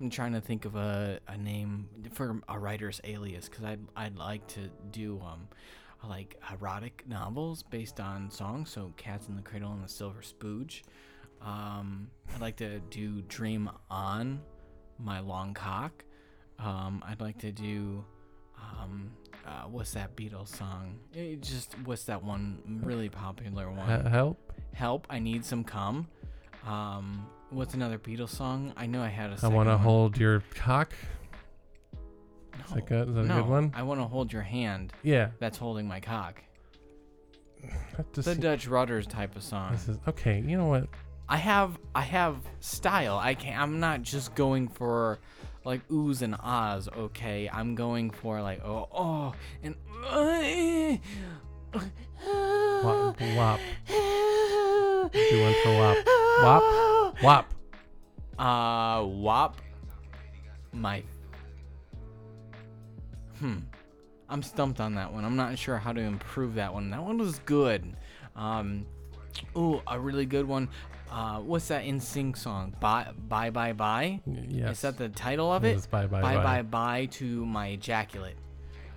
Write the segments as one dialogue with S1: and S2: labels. S1: I'm trying to think of a, a name for a writer's alias because I'd, I'd like to do um like erotic novels based on songs. So Cats in the Cradle and the Silver Spooge. Um, I'd like to do Dream on My Long Cock. Um, I'd like to do um, uh, what's that Beatles song? Eh, It just what's that one really popular one?
S2: H- Uh, help.
S1: Help, I need some cum. Um, what's another Beatles song? I know I had a
S2: I
S1: second
S2: want to
S1: one.
S2: hold your cock.
S1: No,
S2: that good- is that a good
S1: no,
S2: one?
S1: I want to hold your hand
S2: Yeah.
S1: that's holding my cock.
S2: That just
S1: The
S2: se-
S1: Dutch Rudders type of song.
S2: this is okay. You know what?
S1: I have I have style. I can I'm not just going for like oohs and ahs, okay? I'm going for like oh oh and
S2: Wop,
S1: uh,
S2: wop. You went for wop. Wop. Wop.
S1: Uh, wop. My. Hmm. I'm stumped on that one. I'm not sure how to improve that one. That one was good. Um, ooh, a really good one. Uh, what's that in sync song? Bye, bye, bye, bye.
S2: Y- Yes.
S1: Is that the title of
S2: It
S1: it?
S2: is Bye Bye
S1: bye,
S2: Bye.
S1: bye, bye to my ejaculate.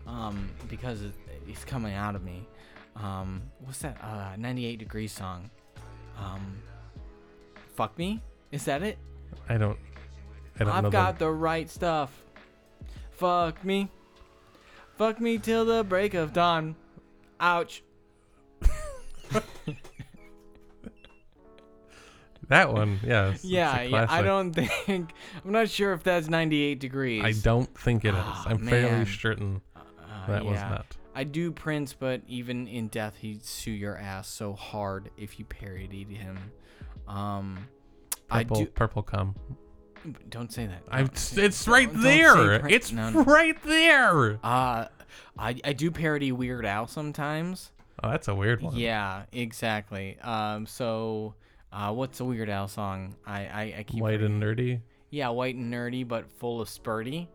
S1: Um, because it, it's coming out of me. Um, what's that? Uh, 98 degrees song. Um, fuck me. Is that it?
S2: I don't. I don't know.
S1: I've got the right stuff. Fuck me. Fuck me till the break of dawn. Ouch.
S2: the, that one. Yeah. it's- it's a
S1: Yeah, yeah, I
S2: classic.
S1: don't think. I'm not sure if that's 98 degrees.
S2: I don't think it is.
S1: Ah,
S2: I'm fairly
S1: man.
S2: certain
S1: Uh,
S2: that was
S1: yeah.
S2: not.
S1: I do Prince, but even in death, he'd sue your ass so hard if you parodied him. Um, I
S2: Purple,
S1: do.
S2: purple cum.
S1: Don't say that.
S2: I'm.
S1: Don't say-
S2: It's right
S1: don't say
S2: there.
S1: Prin-
S2: It's
S1: no, no.
S2: right there.
S1: Uh, I I do parody Weird Al sometimes.
S2: Oh, that's a weird one.
S1: Yeah, exactly. Um, so uh, what's a Weird Al song? I I, I keep
S2: White and nerdy.
S1: yeah, white and nerdy, but full of spurty.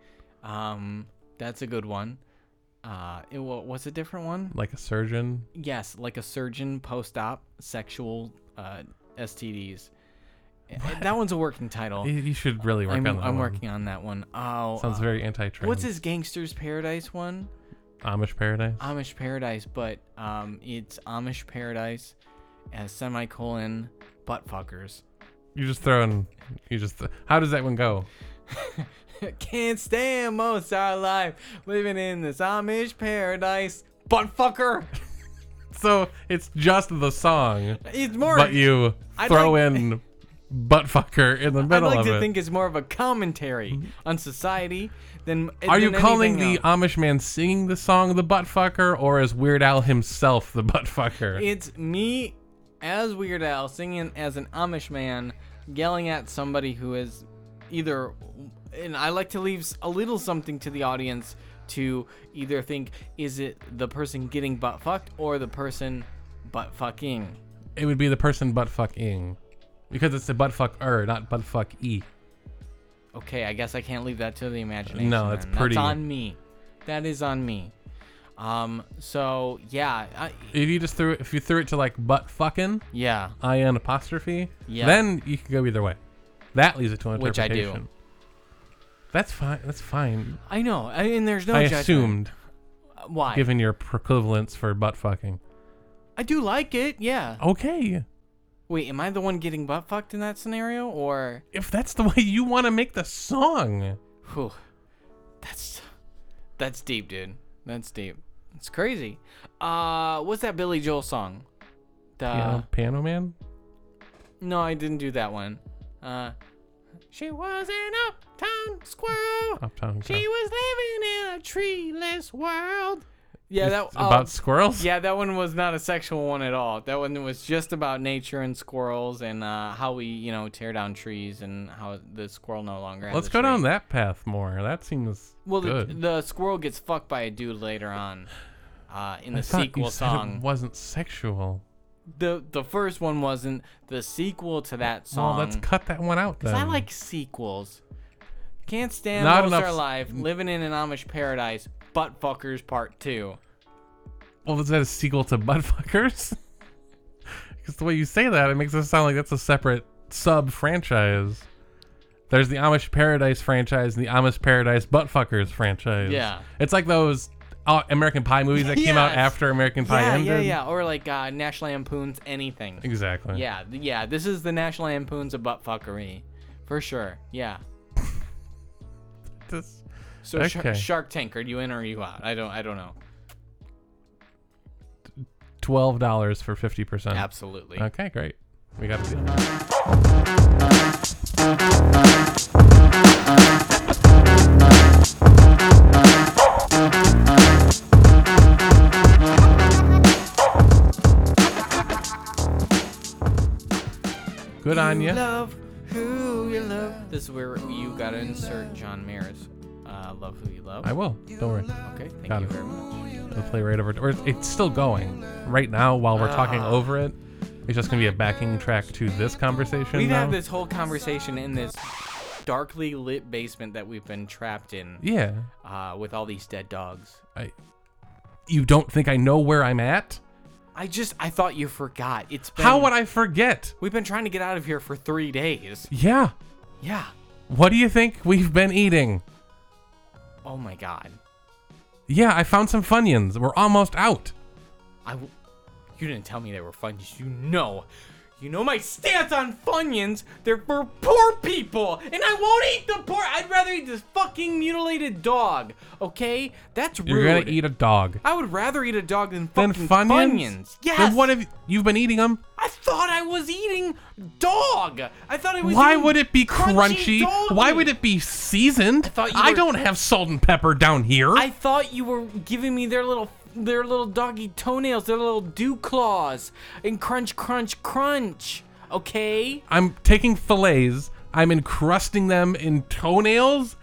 S1: Um, that's a good one. Uh, it, wa- what's a different one?
S2: Like a surgeon.
S1: Yes, like a surgeon post-op sexual uh, STDs. Uh, That one's a working title.
S2: You, you should really work
S1: Oh. I'm,
S2: on that.
S1: I'm
S2: one.
S1: working on that one. Oh,
S2: Sounds
S1: uh,
S2: very anti-trend.
S1: what's his Gangster's Paradise one?
S2: Amish paradise?
S1: Amish Paradise, but um, it's Amish Paradise as semicolon butt fuckers.
S2: You just throwing. You just. Th- How does that one go?
S1: Can't stand most our life living in this Amish Paradise. Butt fucker.
S2: So it's just the song,
S1: It's more.
S2: but you
S1: I'd
S2: throw
S1: like-
S2: in butt fucker in the
S1: I'd
S2: middle
S1: like
S2: of
S1: to
S2: it.
S1: think it's more of a commentary on society than.
S2: Are you
S1: than
S2: calling
S1: anything
S2: the
S1: else.
S2: Amish man singing the song the butt fucker, or is Weird Al himself the butt fucker?
S1: It's me as Weird Al singing as an Amish man, yelling at somebody who is either. And I like to leave s- a little something to the audience to either think is it the person getting butt fucked or the person butt fucking.
S2: It would be the person butt fucking, because it's the butt fucker, not butt fuck e.
S1: Okay, I guess I can't leave that to the imagination.
S2: No, that's
S1: then.
S2: pretty-
S1: That's on me. That is on me. Um. So yeah, I,
S2: If you just threw it, if you threw it to like butt fucking,
S1: yeah,
S2: I n apostrophe,
S1: Yeah.
S2: then you can go either way. That leaves it to
S1: Which I do.
S2: interpretation. That's fine. That's fine.
S1: I know. I, and there's no.
S2: I
S1: judgment.
S2: assumed,
S1: Uh, Why?
S2: given your equivalence for butt fucking.
S1: I do like it. Yeah.
S2: Okay,
S1: Wait, am I the one getting butt fucked in that scenario, or
S2: if that's the way you want to make the song,
S1: whew, that's that's deep, dude. That's deep. It's crazy. Uh, what's that Billy Joel song? The
S2: you know, Piano Man.
S1: no, I didn't do that one. Uh, she was an uptown squirrel.
S2: Uptown
S1: She
S2: Girl.
S1: was living in a treeless world. Yeah, that
S2: It's
S1: uh,
S2: about squirrels.
S1: yeah, that one was not a sexual one at all. That one was just about nature and squirrels and uh, how we, you know, tear down trees and how the squirrel no longer. Has
S2: Let's
S1: a
S2: go
S1: tree.
S2: down that path more. That seems
S1: Well, the,
S2: good.
S1: the squirrel gets fucked by a dude later on, uh, in the
S2: I thought you
S1: sequel
S2: said it
S1: song.
S2: wasn't sexual.
S1: The the first one wasn't. The sequel to that
S2: Well,
S1: song.
S2: Oh, let's cut that one out then.
S1: I like sequels. Can't stand
S2: Not
S1: most
S2: enough-
S1: are live living in an Amish paradise. Butt fuckers part two.
S2: Well, is that a sequel to Buttfuckers? Because the way you say that, it makes it sound like that's a separate sub franchise. There's the Amish Paradise franchise and the Amish Paradise Buttfuckers franchise.
S1: Yeah.
S2: It's like those uh, American Pie movies that came out
S1: Yes.
S2: after American Pie
S1: yeah,
S2: ended.
S1: yeah, yeah. Or like uh, National Lampoon's anything.
S2: Exactly.
S1: Yeah, th- yeah. This is the National Lampoon's a butt fuckery, for sure. Yeah.
S2: This-
S1: So
S2: Okay.
S1: Shar- Shark Tank, are you in or are you out? I don't, I don't know.
S2: Twelve dollars for fifty percent.
S1: Absolutely.
S2: Okay, great. We got to do. Good on
S1: You
S2: you.
S1: Love who you love. This is where you gotta insert John Mayer's uh, "Love Who You Love."
S2: I will. Don't worry.
S1: okay, thank
S2: got
S1: you
S2: it.
S1: very much.
S2: It'll play right over. Or it's still going right now while we're talking
S1: Ah.
S2: over it. It's just gonna be a backing track to this conversation.
S1: We've
S2: now.
S1: had this whole conversation in this darkly lit basement that we've been trapped in
S2: Yeah.
S1: uh, with all these dead dogs.
S2: I. You don't think I know where I'm at?
S1: I just, I thought you forgot. It's been,
S2: How would I forget?
S1: We've been trying to get out of here for three days.
S2: Yeah.
S1: Yeah.
S2: What do you think we've been eating?
S1: Oh my god.
S2: Yeah, I found some Funyuns. We're almost out.
S1: I. W- you didn't tell me they were Funyuns. You know. You know my stance on Funyuns. They're for poor people, and I won't eat the poor. I'd rather eat this fucking mutilated dog. Okay, that's rude.
S2: You're gonna eat a dog.
S1: I would rather eat a dog than
S2: Then
S1: fucking
S2: Funyuns?
S1: Funyuns. Yes.
S2: Then what have you've been eating them?
S1: I thought I was eating dog. I thought it was.
S2: Why
S1: eating
S2: would it be
S1: crunchy
S2: crunchy?
S1: dog
S2: Why
S1: meat.
S2: would it be seasoned? I,
S1: thought you were-
S2: don't have salt and pepper down here.
S1: I thought you were giving me their little their little doggy toenails, their little dew claws, and crunch, crunch, crunch. Okay.
S2: I'm taking fillets, I'm encrusting them in toenails,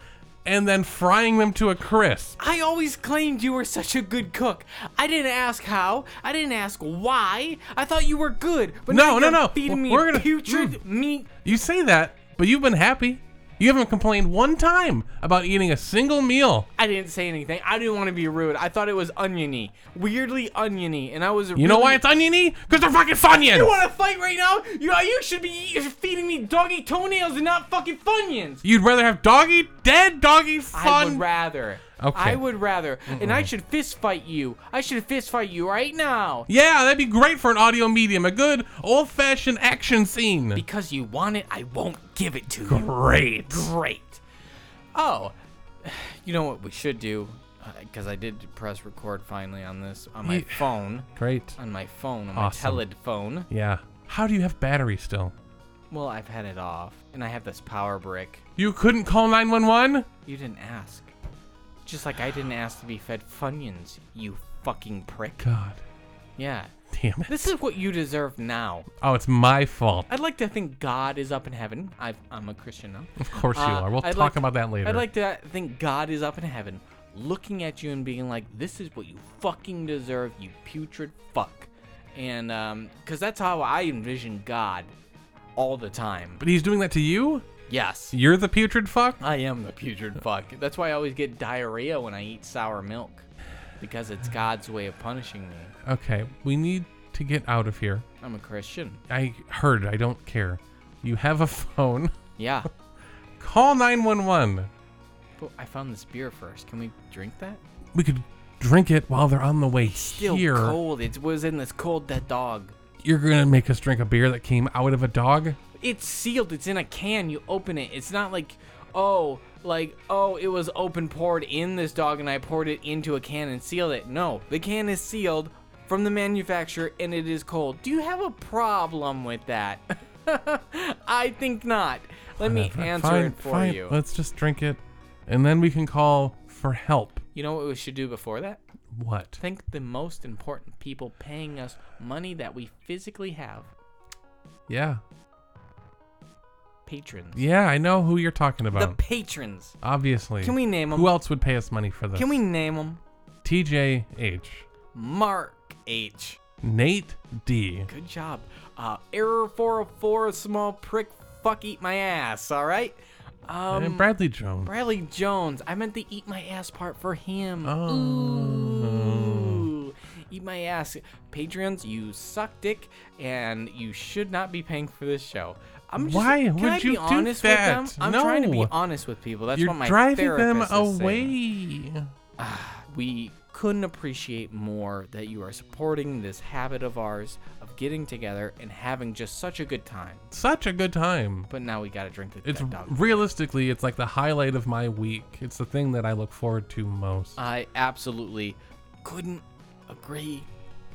S2: and then frying them to a crisp.
S1: I always claimed you were such a good cook. I didn't ask how. I didn't ask why. I thought you were good, but now
S2: No, no,
S1: you're
S2: no.
S1: feeding me
S2: We're
S1: a
S2: gonna- Mm.
S1: putrid meat.
S2: You say that, but you've been happy. You haven't complained one time about eating a single meal.
S1: I didn't say anything. I didn't want to be rude. I thought it was oniony, weirdly oniony, and I was.
S2: You know why it's oniony? Because they're fucking Funyuns!
S1: You want to fight right now? You uh, you should be feeding me doggy toenails and not fucking funyuns.
S2: You'd rather have doggy dead doggy fun.
S1: I would rather.
S2: Okay.
S1: I would rather. And I should fist fight you. I should fist fight you right now.
S2: yeah, that'd be great for an audio medium. A good old fashioned action scene.
S1: Because you want it, I won't give it to you.
S2: great.
S1: Great. Oh, you know what we should do? Because I did press record finally on this on my
S2: Ye-
S1: phone.
S2: Great.
S1: On my phone, on
S2: Awesome.
S1: my telephone.
S2: Yeah. How do you have battery still?
S1: Well, I've had it off, and I have this power brick.
S2: You couldn't call 911?
S1: You didn't ask. Just like I didn't ask to be fed Funyuns, you fucking prick.
S2: God
S1: Yeah.
S2: damn it.
S1: This is what you deserve now.
S2: Oh, it's my fault.
S1: I'd like to think God is up in heaven. I've, I'm a Christian now.
S2: Of course you
S1: Uh,
S2: are. We'll
S1: I'd
S2: talk
S1: like-
S2: about that later.
S1: I'd like to think God is up in heaven, looking at you and being like, "This is what you fucking deserve, you putrid fuck," and um, because that's how I envision God all the time.
S2: but he's doing that to you?
S1: Yes,
S2: You're the putrid fuck?
S1: I am the putrid fuck. That's why I always get diarrhea when I eat sour milk, because it's God's way of punishing me.
S2: Okay, we need to get out of here.
S1: I'm a Christian.
S2: I heard, I don't care. You have a phone.
S1: Yeah.
S2: Call 911.
S1: But I found this beer first. Can we drink that?
S2: We could drink it while they're on the way
S1: Still
S2: here.
S1: cold. It was in this cold dead dog.
S2: You're gonna make us drink a beer that came out of a dog?
S1: it's sealed. It's in a can. You open it. It's not like, oh, like, oh, it was open poured in this dog and I poured it into a can and sealed it. No, the can is sealed from the manufacturer and it is cold. Do you have a problem with that? I think not. Let me
S2: Fine,
S1: answer
S2: fine,
S1: it for
S2: fine.
S1: you.
S2: Let's just drink it, and then we can call for help.
S1: You know what we should do before that?
S2: What?
S1: Thank the most important people paying us money that we physically have
S2: Yeah,
S1: patrons.
S2: yeah. I know who you're talking
S1: The
S2: about.
S1: patrons.
S2: Obviously.
S1: Can we name them?
S2: Who else would pay us money for this?
S1: Can we name them?
S2: TJH,
S1: Mark H.
S2: Nate D,
S1: Good job. Uh, error 404, small prick, fuck, eat my ass, alright? Um,
S2: and Bradley Jones.
S1: Bradley Jones. I meant the eat my ass part for him.
S2: Oh.
S1: Ooh. Eat my ass. Patreons, you suck dick, and you should not be paying for this show. I'm just,
S2: Why
S1: can
S2: would
S1: I
S2: you
S1: be
S2: do
S1: honest With
S2: that?
S1: them? I'm trying to be
S2: No.
S1: honest with people. That's
S2: You're
S1: what my
S2: driving them
S1: therapist is saying.
S2: away.
S1: Ah, we couldn't appreciate more that you are supporting this habit of ours of getting together and having just such a good time.
S2: Such a good time.
S1: But now we gotta drink the
S2: It's
S1: that dog.
S2: realistically, it's like the highlight of my week. It's the thing that I look forward to most.
S1: I absolutely couldn't agree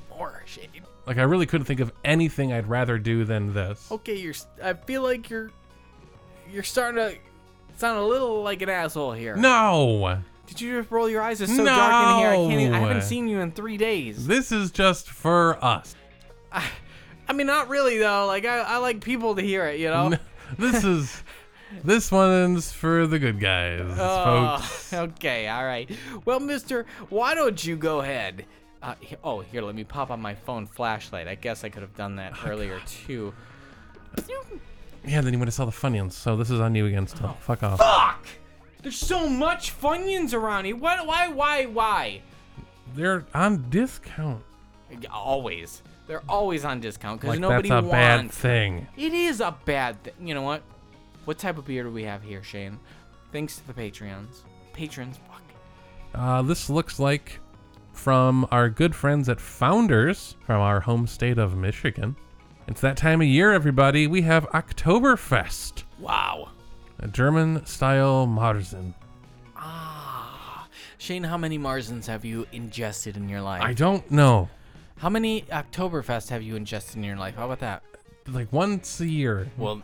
S1: more, Shane.
S2: Like I really couldn't think of anything I'd rather do than this.
S1: Okay, you're. s- I feel like you're. You're starting to sound a little like an asshole here.
S2: No,
S1: Did you just roll your eyes? It's so dark in here. I can't. Even, I
S2: No.
S1: haven't seen you in three days.
S2: this is just for us.
S1: I, I mean, not really though. Like I, I like people to hear it. You know.
S2: This is this one's for the good guys,
S1: Oh,
S2: folks.
S1: okay, all right. Well, Mister, why don't you go ahead? Uh, he- oh, here, let me pop on my phone flashlight. I guess I could have done that earlier too.
S2: Yeah, then you went to sell the Funyuns, so this is on you again.
S1: Oh.
S2: Still, fuck off.
S1: Fuck! There's so much Funyuns around here. Why, why, why, why?
S2: They're on discount.
S1: Always. They're always on discount because
S2: Like
S1: nobody
S2: that's a bad
S1: wants.
S2: thing.
S1: it is a bad thing. You know what? What type of beer do we have here, Shane? Thanks to the Patreons. Patrons, fuck.
S2: Uh, this looks like from our good friends at Founders from our home state of Michigan. It's that time of year, everybody. We have Oktoberfest,
S1: Wow.
S2: a German style Marzen.
S1: Ah. Shane, how many Marzens have you ingested in your life?
S2: I don't know.
S1: How many Oktoberfest have you ingested in your life? How about that?
S2: Like once a year.
S1: Well,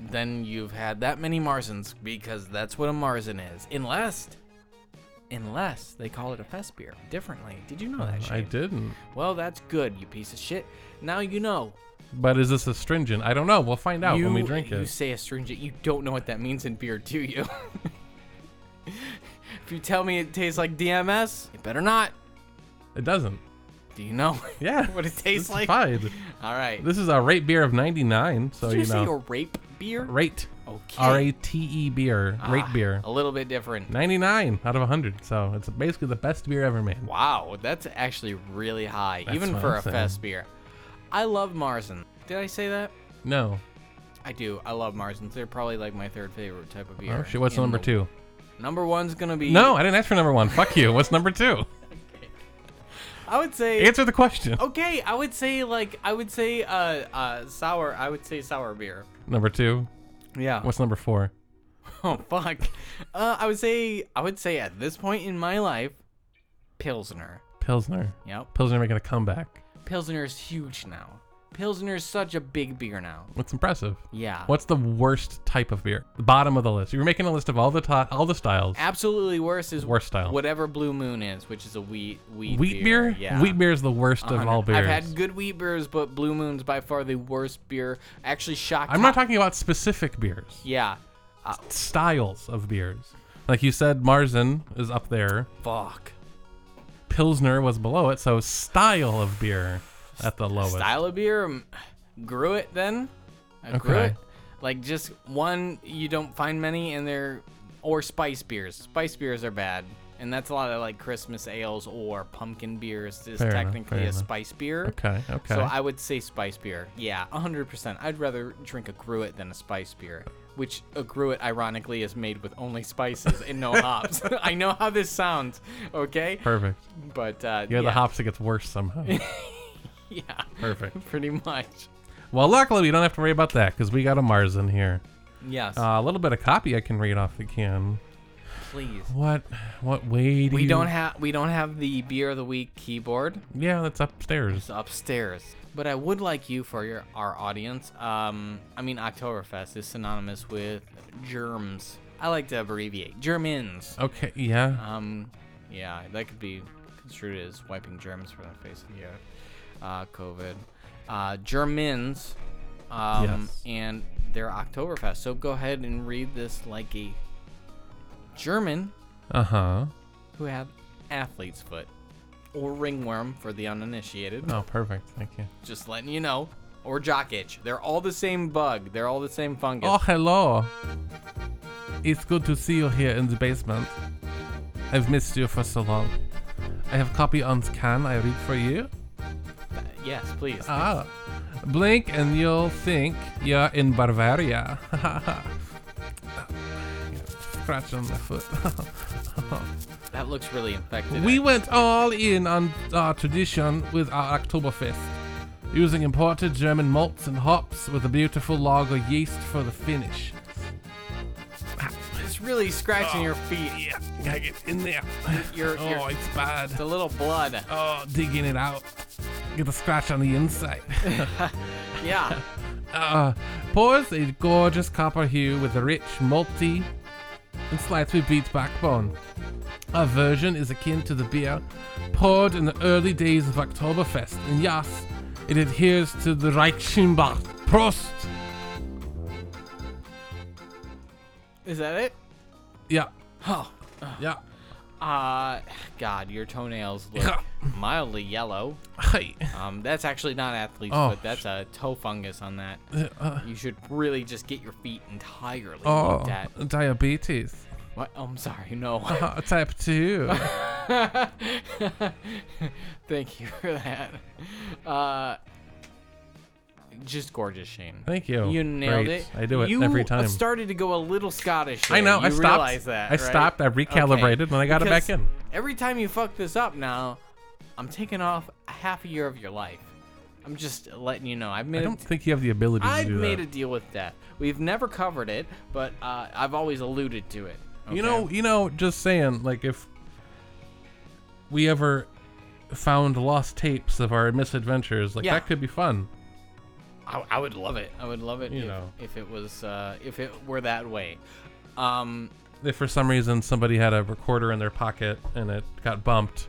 S1: then you've had that many Marzens because that's what a Marzen is. Unless, unless they call it a fest beer differently. Did you know that, Shane?
S2: Mm, I didn't.
S1: Well, that's good, you piece of shit. Now you know.
S2: But is this astringent? I don't know. We'll find out
S1: you,
S2: when we drink
S1: You
S2: it.
S1: say astringent. You don't know what that means in beer, do you? if you tell me it tastes like DMS, it better not.
S2: It doesn't.
S1: Do you know
S2: Yeah.
S1: what it tastes
S2: it's
S1: like?
S2: fine.
S1: All right.
S2: This is a rate beer of 99, so
S1: Did you,
S2: you
S1: say
S2: know.
S1: a rape beer?
S2: Rate.
S1: Okay.
S2: R A T E beer. Rate
S1: Ah,
S2: beer.
S1: A little bit different.
S2: 99 out of 100. So it's basically the best beer ever made.
S1: Wow, that's actually really high,
S2: That's
S1: even
S2: what
S1: for
S2: I'm
S1: a
S2: saying.
S1: fest beer. I love Marzen. Did I say that?
S2: No.
S1: I do. I love Marzens. They're probably like my third favorite type of beer.
S2: Oh, shit. What's
S1: in
S2: number
S1: the-
S2: two?
S1: Number one's gonna be
S2: No, I didn't ask for number one. Fuck you. What's number two?
S1: I would say
S2: Answer the question.
S1: okay. I would say like I would say uh uh sour. I would say sour beer.
S2: Number two.
S1: Yeah.
S2: What's number four?
S1: Oh fuck. Uh, I would say I would say at this point in my life, Pilsner.
S2: Pilsner.
S1: Yep.
S2: Pilsner making a comeback.
S1: Pilsner is huge now. Pilsner is such a big beer now.
S2: That's impressive.
S1: Yeah.
S2: What's the worst type of beer? The bottom of the list. You were making a list of all the to- all the styles.
S1: Absolutely worst is
S2: Worst style.
S1: Whatever Blue Moon is, which is a wheat wheat,
S2: Wheat beer?
S1: Yeah.
S2: Wheat beer is the worst of
S1: 100.
S2: all beers.
S1: I've had good wheat beers, but Blue Moon's by far the worst beer. Actually, shocked.
S2: I'm not talking about specific beers.
S1: Yeah. Uh,
S2: Styles of beers. Like you said, Marzen is up there.
S1: fuck.
S2: Pilsner was below it, so style of beer at the lowest.
S1: Style of beer, mm, grew it then. I grew
S2: Okay.
S1: it. Like just one you don't find many, and they're or spice beers. Spice beers are bad, and that's a lot of like Christmas ales or pumpkin beers is
S2: Fair enough,
S1: technically
S2: fair
S1: a
S2: enough.
S1: spice beer.
S2: Okay, okay.
S1: So I would say spice beer. Yeah, 100%. I'd rather drink a gruet than a spice beer, which a gruet, ironically, is made with only spices and no hops. I know how this sounds, okay?
S2: Perfect.
S1: But, uh,
S2: You're
S1: yeah,
S2: the hops, it gets worse somehow.
S1: Yeah,
S2: Perfect.
S1: pretty much.
S2: Well, luckily, we don't have to worry about that because we got a Marzen here.
S1: Yes,
S2: Uh, a little bit of copy I can read off the can.
S1: please.
S2: What? What way do
S1: We
S2: you-
S1: don't have we don't have the beer of the week keyboard.
S2: Yeah, that's upstairs.
S1: It's upstairs. But I would like you for your our audience. Um, I mean, Oktoberfest is synonymous with germs. I like to abbreviate Germans.
S2: Okay, yeah.
S1: Um, yeah, that could be construed as wiping germs from the face of the earth. Uh, COVID. Uh, Germans. Um,
S2: Yes.
S1: and their Oktoberfest. So go ahead and read this like a German
S2: Uh huh.
S1: who had athlete's foot or ringworm for the uninitiated.
S2: Oh, perfect. Thank you.
S1: Just letting you know. Or jock itch. They're all the same bug. They're all the same fungus.
S2: Oh, hello. It's good to see you here in the basement. I've missed you for so long. I have copy on scan. I read for you.
S1: Yes, please.
S2: Ah, Blink and you'll think you're in Bavaria. Scratch on my foot.
S1: That looks really infected.
S2: we
S1: actually.
S2: went all in on our tradition with our Oktoberfest, using imported German malts and hops with a beautiful lager yeast for the finish.
S1: It's really scratching your feet.
S2: Yeah, gotta get in there.
S1: You're-
S2: oh,
S1: you're-
S2: it's bad.
S1: The little blood.
S2: Oh, digging it out. Get a scratch on the inside.
S1: Yeah.
S2: Uh, pours a gorgeous copper hue with a rich, malty, and slightly beat backbone. Our version is akin to the beer poured in the early days of Oktoberfest, and yes, it adheres to the Reichenbach. Prost!
S1: Is that it?
S2: Yeah,
S1: Oh.
S2: yeah.
S1: Uh, God, your toenails look mildly yellow.
S2: Hey.
S1: Um, that's actually not athlete's
S2: Oh,
S1: foot. That's a toe fungus on that.
S2: uh.
S1: you should really just get your feet entirely
S2: Oh,
S1: looked at.
S2: diabetes.
S1: What? Oh, I'm sorry. No.
S2: Uh, type 2.
S1: Thank you for that. Uh, just gorgeous, Shane.
S2: Thank you.
S1: You nailed
S2: Great.
S1: it.
S2: I do it
S1: you
S2: every time.
S1: started to go a little Scottish.
S2: I know.
S1: there.
S2: I
S1: You
S2: stopped.
S1: realize that,
S2: I
S1: right?
S2: stopped. I recalibrated, and I got it back
S1: Because
S2: in.
S1: Every time you fuck this up, now I'm taking off a half a year of your life. I'm just letting you know. I've
S2: I
S1: made
S2: don't think you have the ability to
S1: I've
S2: do
S1: made
S2: that.
S1: a deal with death. We've never covered it, but uh, I've always alluded to it.
S2: You
S1: okay?
S2: know, you know, just saying, like if we ever found lost tapes of our misadventures, like
S1: Yeah.
S2: that could be fun.
S1: I, I would love it. I would love it
S2: You
S1: if,
S2: know.
S1: if it was uh, if it were that way. Um,
S2: If for some reason somebody had a recorder in their pocket and it got bumped,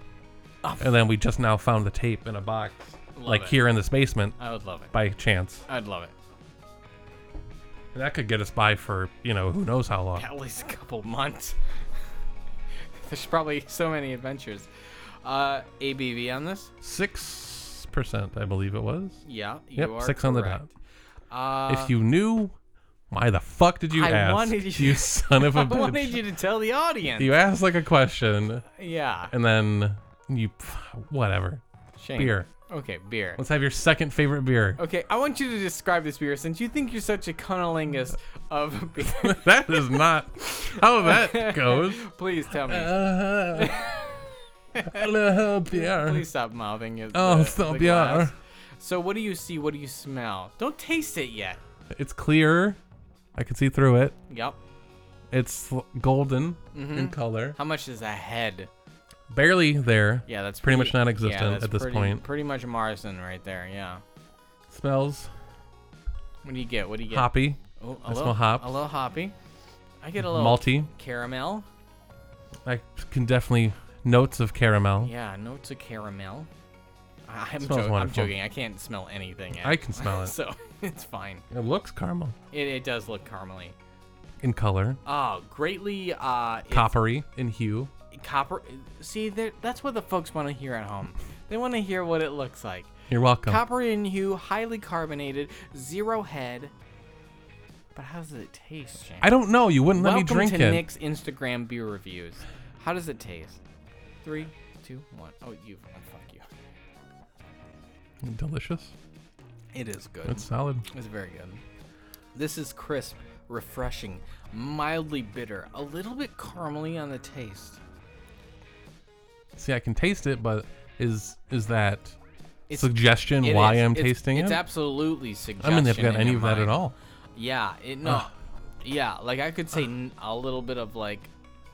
S2: and then we just now found the tape in a box,
S1: Love
S2: like
S1: it.
S2: here in this basement
S1: I would love it.
S2: by chance,
S1: I'd love it.
S2: and that could get us by for you know who knows how long.
S1: At least a couple months. There's probably so many adventures. Uh, ABV on this?
S2: Six percent, I believe it was.
S1: Yeah, you
S2: Yep,
S1: are
S2: six on the
S1: correct. Uh,
S2: if you knew, why the fuck did you
S1: I
S2: ask?
S1: wanted you-
S2: son of a
S1: I
S2: bitch.
S1: wanted you to tell the audience.
S2: You asked like a question,
S1: yeah.
S2: and then you, whatever.
S1: Shame.
S2: Beer.
S1: Okay, beer.
S2: Let's have your second favorite beer.
S1: Okay, I want you to describe this beer since you think you're such a cunnilingus of a beer.
S2: that is not how that goes.
S1: Please tell me.
S2: Uh, I love beer.
S1: Please stop mouthing it.
S2: Oh,
S1: the-
S2: stop
S1: the
S2: beer.
S1: glass. So what do you see? What do you smell? Don't taste it yet.
S2: It's clear. I can see through it.
S1: Yep.
S2: It's l- golden
S1: Mm-hmm.
S2: in color.
S1: How much is a head?
S2: Barely there.
S1: Yeah, that's
S2: Pretty much non-existent
S1: yeah, that's
S2: at this
S1: pretty-
S2: point.
S1: Pretty much Morrison right there. Yeah.
S2: Smells
S1: What do you get? What do you get?
S2: hoppy,
S1: Oh,
S2: I smell hops.
S1: A little hoppy. I get a little
S2: malty.
S1: caramel.
S2: I can definitely notes of caramel.
S1: Yeah, notes of caramel. I- I'm,
S2: Smells
S1: jo- I'm
S2: wonderful.
S1: joking. I can't smell anything. yet.
S2: I can smell it.
S1: so it's fine.
S2: It looks caramel
S1: It, it does look caramely.
S2: in color,
S1: Oh, greatly. Uh, it's-
S2: coppery in hue.
S1: copper. See, there- that's what the folks want to hear at home. They want to hear what it looks like.
S2: You're welcome.
S1: Copper in hue, highly carbonated, zero head. But how does it taste, Shane?
S2: I don't know. You wouldn't
S1: Welcome
S2: let me drink
S1: to
S2: it.
S1: Nick's Instagram beer reviews. How does it taste? Three, two, one. Oh, you. Oh, fuck you.
S2: Delicious.
S1: It is good.
S2: It's solid.
S1: It's very good. This is crisp, refreshing, mildly bitter, a little bit caramely on the taste.
S2: See, I can taste it, but is is that
S1: It's-
S2: suggestion
S1: It
S2: why
S1: is.
S2: I'm
S1: it's,
S2: tasting
S1: it's
S2: it?
S1: absolutely
S2: I
S1: suggestion.
S2: mean, they've got
S1: in
S2: any
S1: your
S2: of that at
S1: mind.
S2: all.
S1: Yeah, it no. Yeah, like I could say n a a little bit of like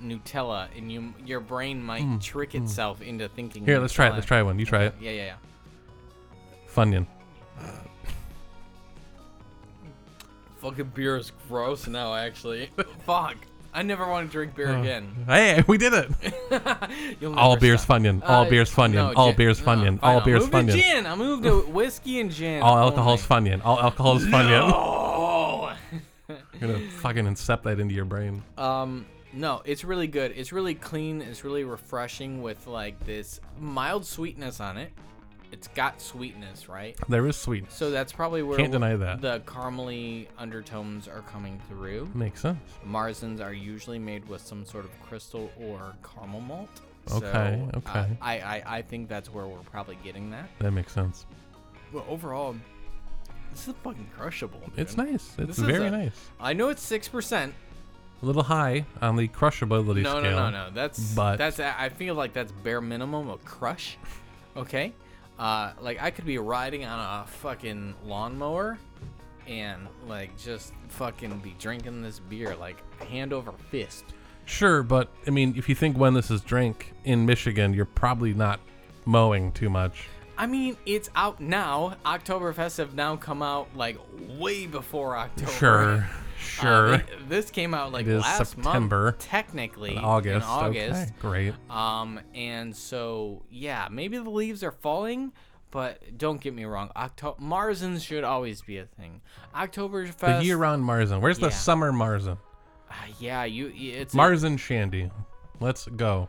S1: Nutella, and you your brain might trick itself into thinking.
S2: Mm, Here, let's try it. Let's
S1: Nutella.
S2: try one. You try it.
S1: Yeah, yeah, yeah.
S2: Funyun.
S1: Fucking beer is gross now. Actually, fuck. I never want to drink beer again.
S2: Hey, we did it.
S1: You'll
S2: All
S1: never
S2: beers
S1: stop.
S2: Funyun. All
S1: Uh,
S2: beers
S1: no,
S2: Funyun. All
S1: gin-
S2: beers
S1: no,
S2: Funyun.
S1: fine,
S2: All
S1: I'll
S2: beers
S1: move to
S2: Funyun.
S1: gin. I moved to whiskey and gin.
S2: All alcohol's Funyun. All alcohol's Funyun.
S1: Oh.
S2: You're gonna fucking incept that into your brain.
S1: Um, no, it's really good. It's really clean. It's really refreshing with like this mild sweetness on it. It's got sweetness, right?
S2: There is sweet.
S1: So that's probably where
S2: Can't deny that.
S1: the caramely undertones are coming through.
S2: Makes sense.
S1: Marzens are usually made with some sort of crystal or caramel malt.
S2: Okay,
S1: so, uh,
S2: okay.
S1: I, I I think that's where we're probably getting that.
S2: That makes sense.
S1: But overall, This is fucking crushable.
S2: It's
S1: dude.
S2: nice. It's
S1: This is
S2: very
S1: a-
S2: nice.
S1: I know it's six percent.
S2: A little high on the crushability
S1: No,
S2: scale.
S1: no, no, no. That's
S2: but-
S1: that's. I feel like that's bare minimum of crush. Okay, uh, like I could be riding on a fucking lawnmower, and like just fucking be drinking this beer like hand over fist.
S2: Sure, but I mean, if you think when this is drank in Michigan, you're probably not mowing too much.
S1: I mean, it's out now. Oktoberfest have now come out like way before October.
S2: Sure,
S1: Oh, Uh,
S2: sure.
S1: th- this came out like
S2: It is
S1: last
S2: September.
S1: month, technically
S2: August.
S1: In August.
S2: Okay, great.
S1: Um, and so yeah, maybe the leaves are falling, but don't get me wrong. October Marzens should always be a thing. Oktoberfest.
S2: The year-round Marzen. Where's the
S1: Uh, yeah.
S2: summer Marzen?
S1: Ah, yeah, you. y- It's
S2: Marzen Shandy. Let's go.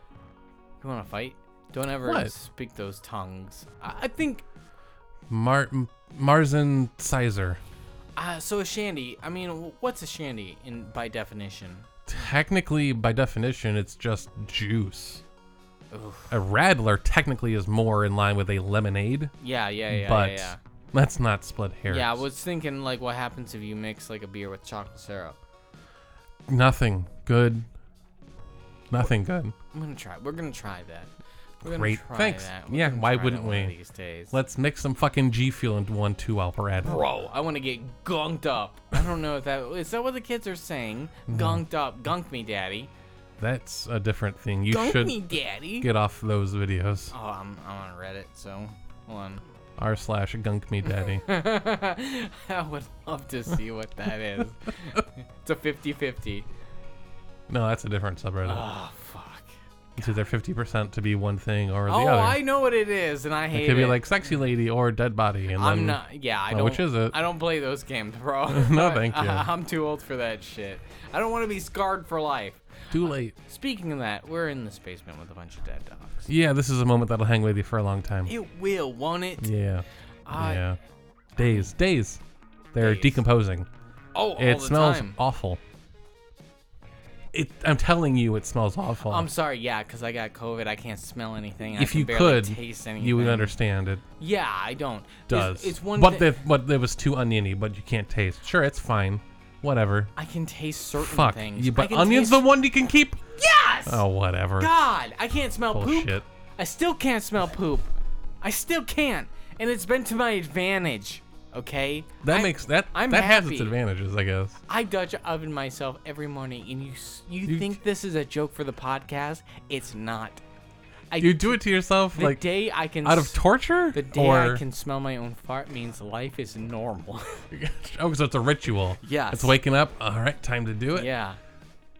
S1: you want to fight? Don't ever
S2: What?
S1: speak those tongues. I, I think.
S2: Mar M- Marzen Sizer.
S1: Uh, so a shandy. I mean, wh- what's a shandy in by definition?
S2: Technically, by definition, it's just juice.
S1: Oof.
S2: A radler technically is more in line with a lemonade,
S1: Yeah, yeah, yeah,
S2: but
S1: yeah. yeah.
S2: let's not split hairs.
S1: Yeah, I was thinking like, what happens if you mix like a beer with chocolate syrup?
S2: nothing good. Nothing good.
S1: I'm gonna try. We're gonna try that. We're gonna
S2: Great.
S1: Try
S2: Thanks.
S1: That. We're
S2: Yeah,
S1: gonna
S2: why
S1: try that
S2: wouldn't
S1: one of
S2: we?
S1: These days.
S2: Let's mix some fucking G Fuel into one two Alpharetta.
S1: Bro, I want to get gunked up. I don't know if that is that what the kids are saying.
S2: Mm-hmm.
S1: Gunked up, gunk me, daddy.
S2: That's a different thing. You
S1: Gunk
S2: should
S1: me, daddy.
S2: get off those videos.
S1: oh, I'm I'm on Reddit, so hold on.
S2: R slash gunk me daddy.
S1: I would love to see what that is. it's a 50-50.
S2: no, that's a different subreddit.
S1: Oh fuck.
S2: it's either fifty percent to be one thing or the
S1: oh,
S2: other.
S1: I know what it is, and I hate
S2: it
S1: it.
S2: could be like sexy lady or dead body, and
S1: I'm
S2: then
S1: not. Yeah, I
S2: Well,
S1: don't.
S2: which is it?
S1: I don't play those games, bro.
S2: No, thank you.
S1: I, am too old for that shit. I don't want to be scarred for life.
S2: too late.
S1: Speaking of that, we're in this basement with a bunch of dead dogs.
S2: Yeah, this is a moment that'll hang with you for a long time.
S1: It will, won't it?
S2: Yeah,
S1: I-
S2: yeah. Days, days. They're
S1: Days.
S2: decomposing.
S1: Oh, all
S2: it
S1: the
S2: smells
S1: time.
S2: awful. It. I'm telling you, it smells awful.
S1: I'm sorry, yeah, because I got COVID. I can't smell anything. I
S2: if
S1: can
S2: you
S1: barely
S2: could,
S1: taste anything.
S2: you would understand it.
S1: Yeah, I don't.
S2: does.
S1: It's, it's one
S2: But
S1: thi-
S2: the but it was too oniony, but you can't taste. Sure, it's fine. Whatever.
S1: I can taste certain
S2: Fuck.
S1: things.
S2: You,
S1: I
S2: but
S1: can
S2: onion's the
S1: taste-
S2: one you can keep.
S1: Yes!
S2: Oh, whatever.
S1: God, I can't smell
S2: Bullshit.
S1: poop. I still can't smell poop. I still can't, and it's been to my advantage. Okay.
S2: That
S1: I-
S2: makes that
S1: I'm
S2: that has its
S1: happy.
S2: advantages, I guess.
S1: I Dutch oven myself every morning, and you s- you, think this is a joke for the podcast? It's not. I,
S2: You do it to yourself,
S1: the
S2: like
S1: day I can
S2: out of
S1: s-
S2: torture.
S1: the day
S2: or,
S1: I can smell my own fart means life is normal.
S2: oh, so it's a ritual.
S1: Yes.
S2: It's waking up. All right, time to do it.
S1: yeah.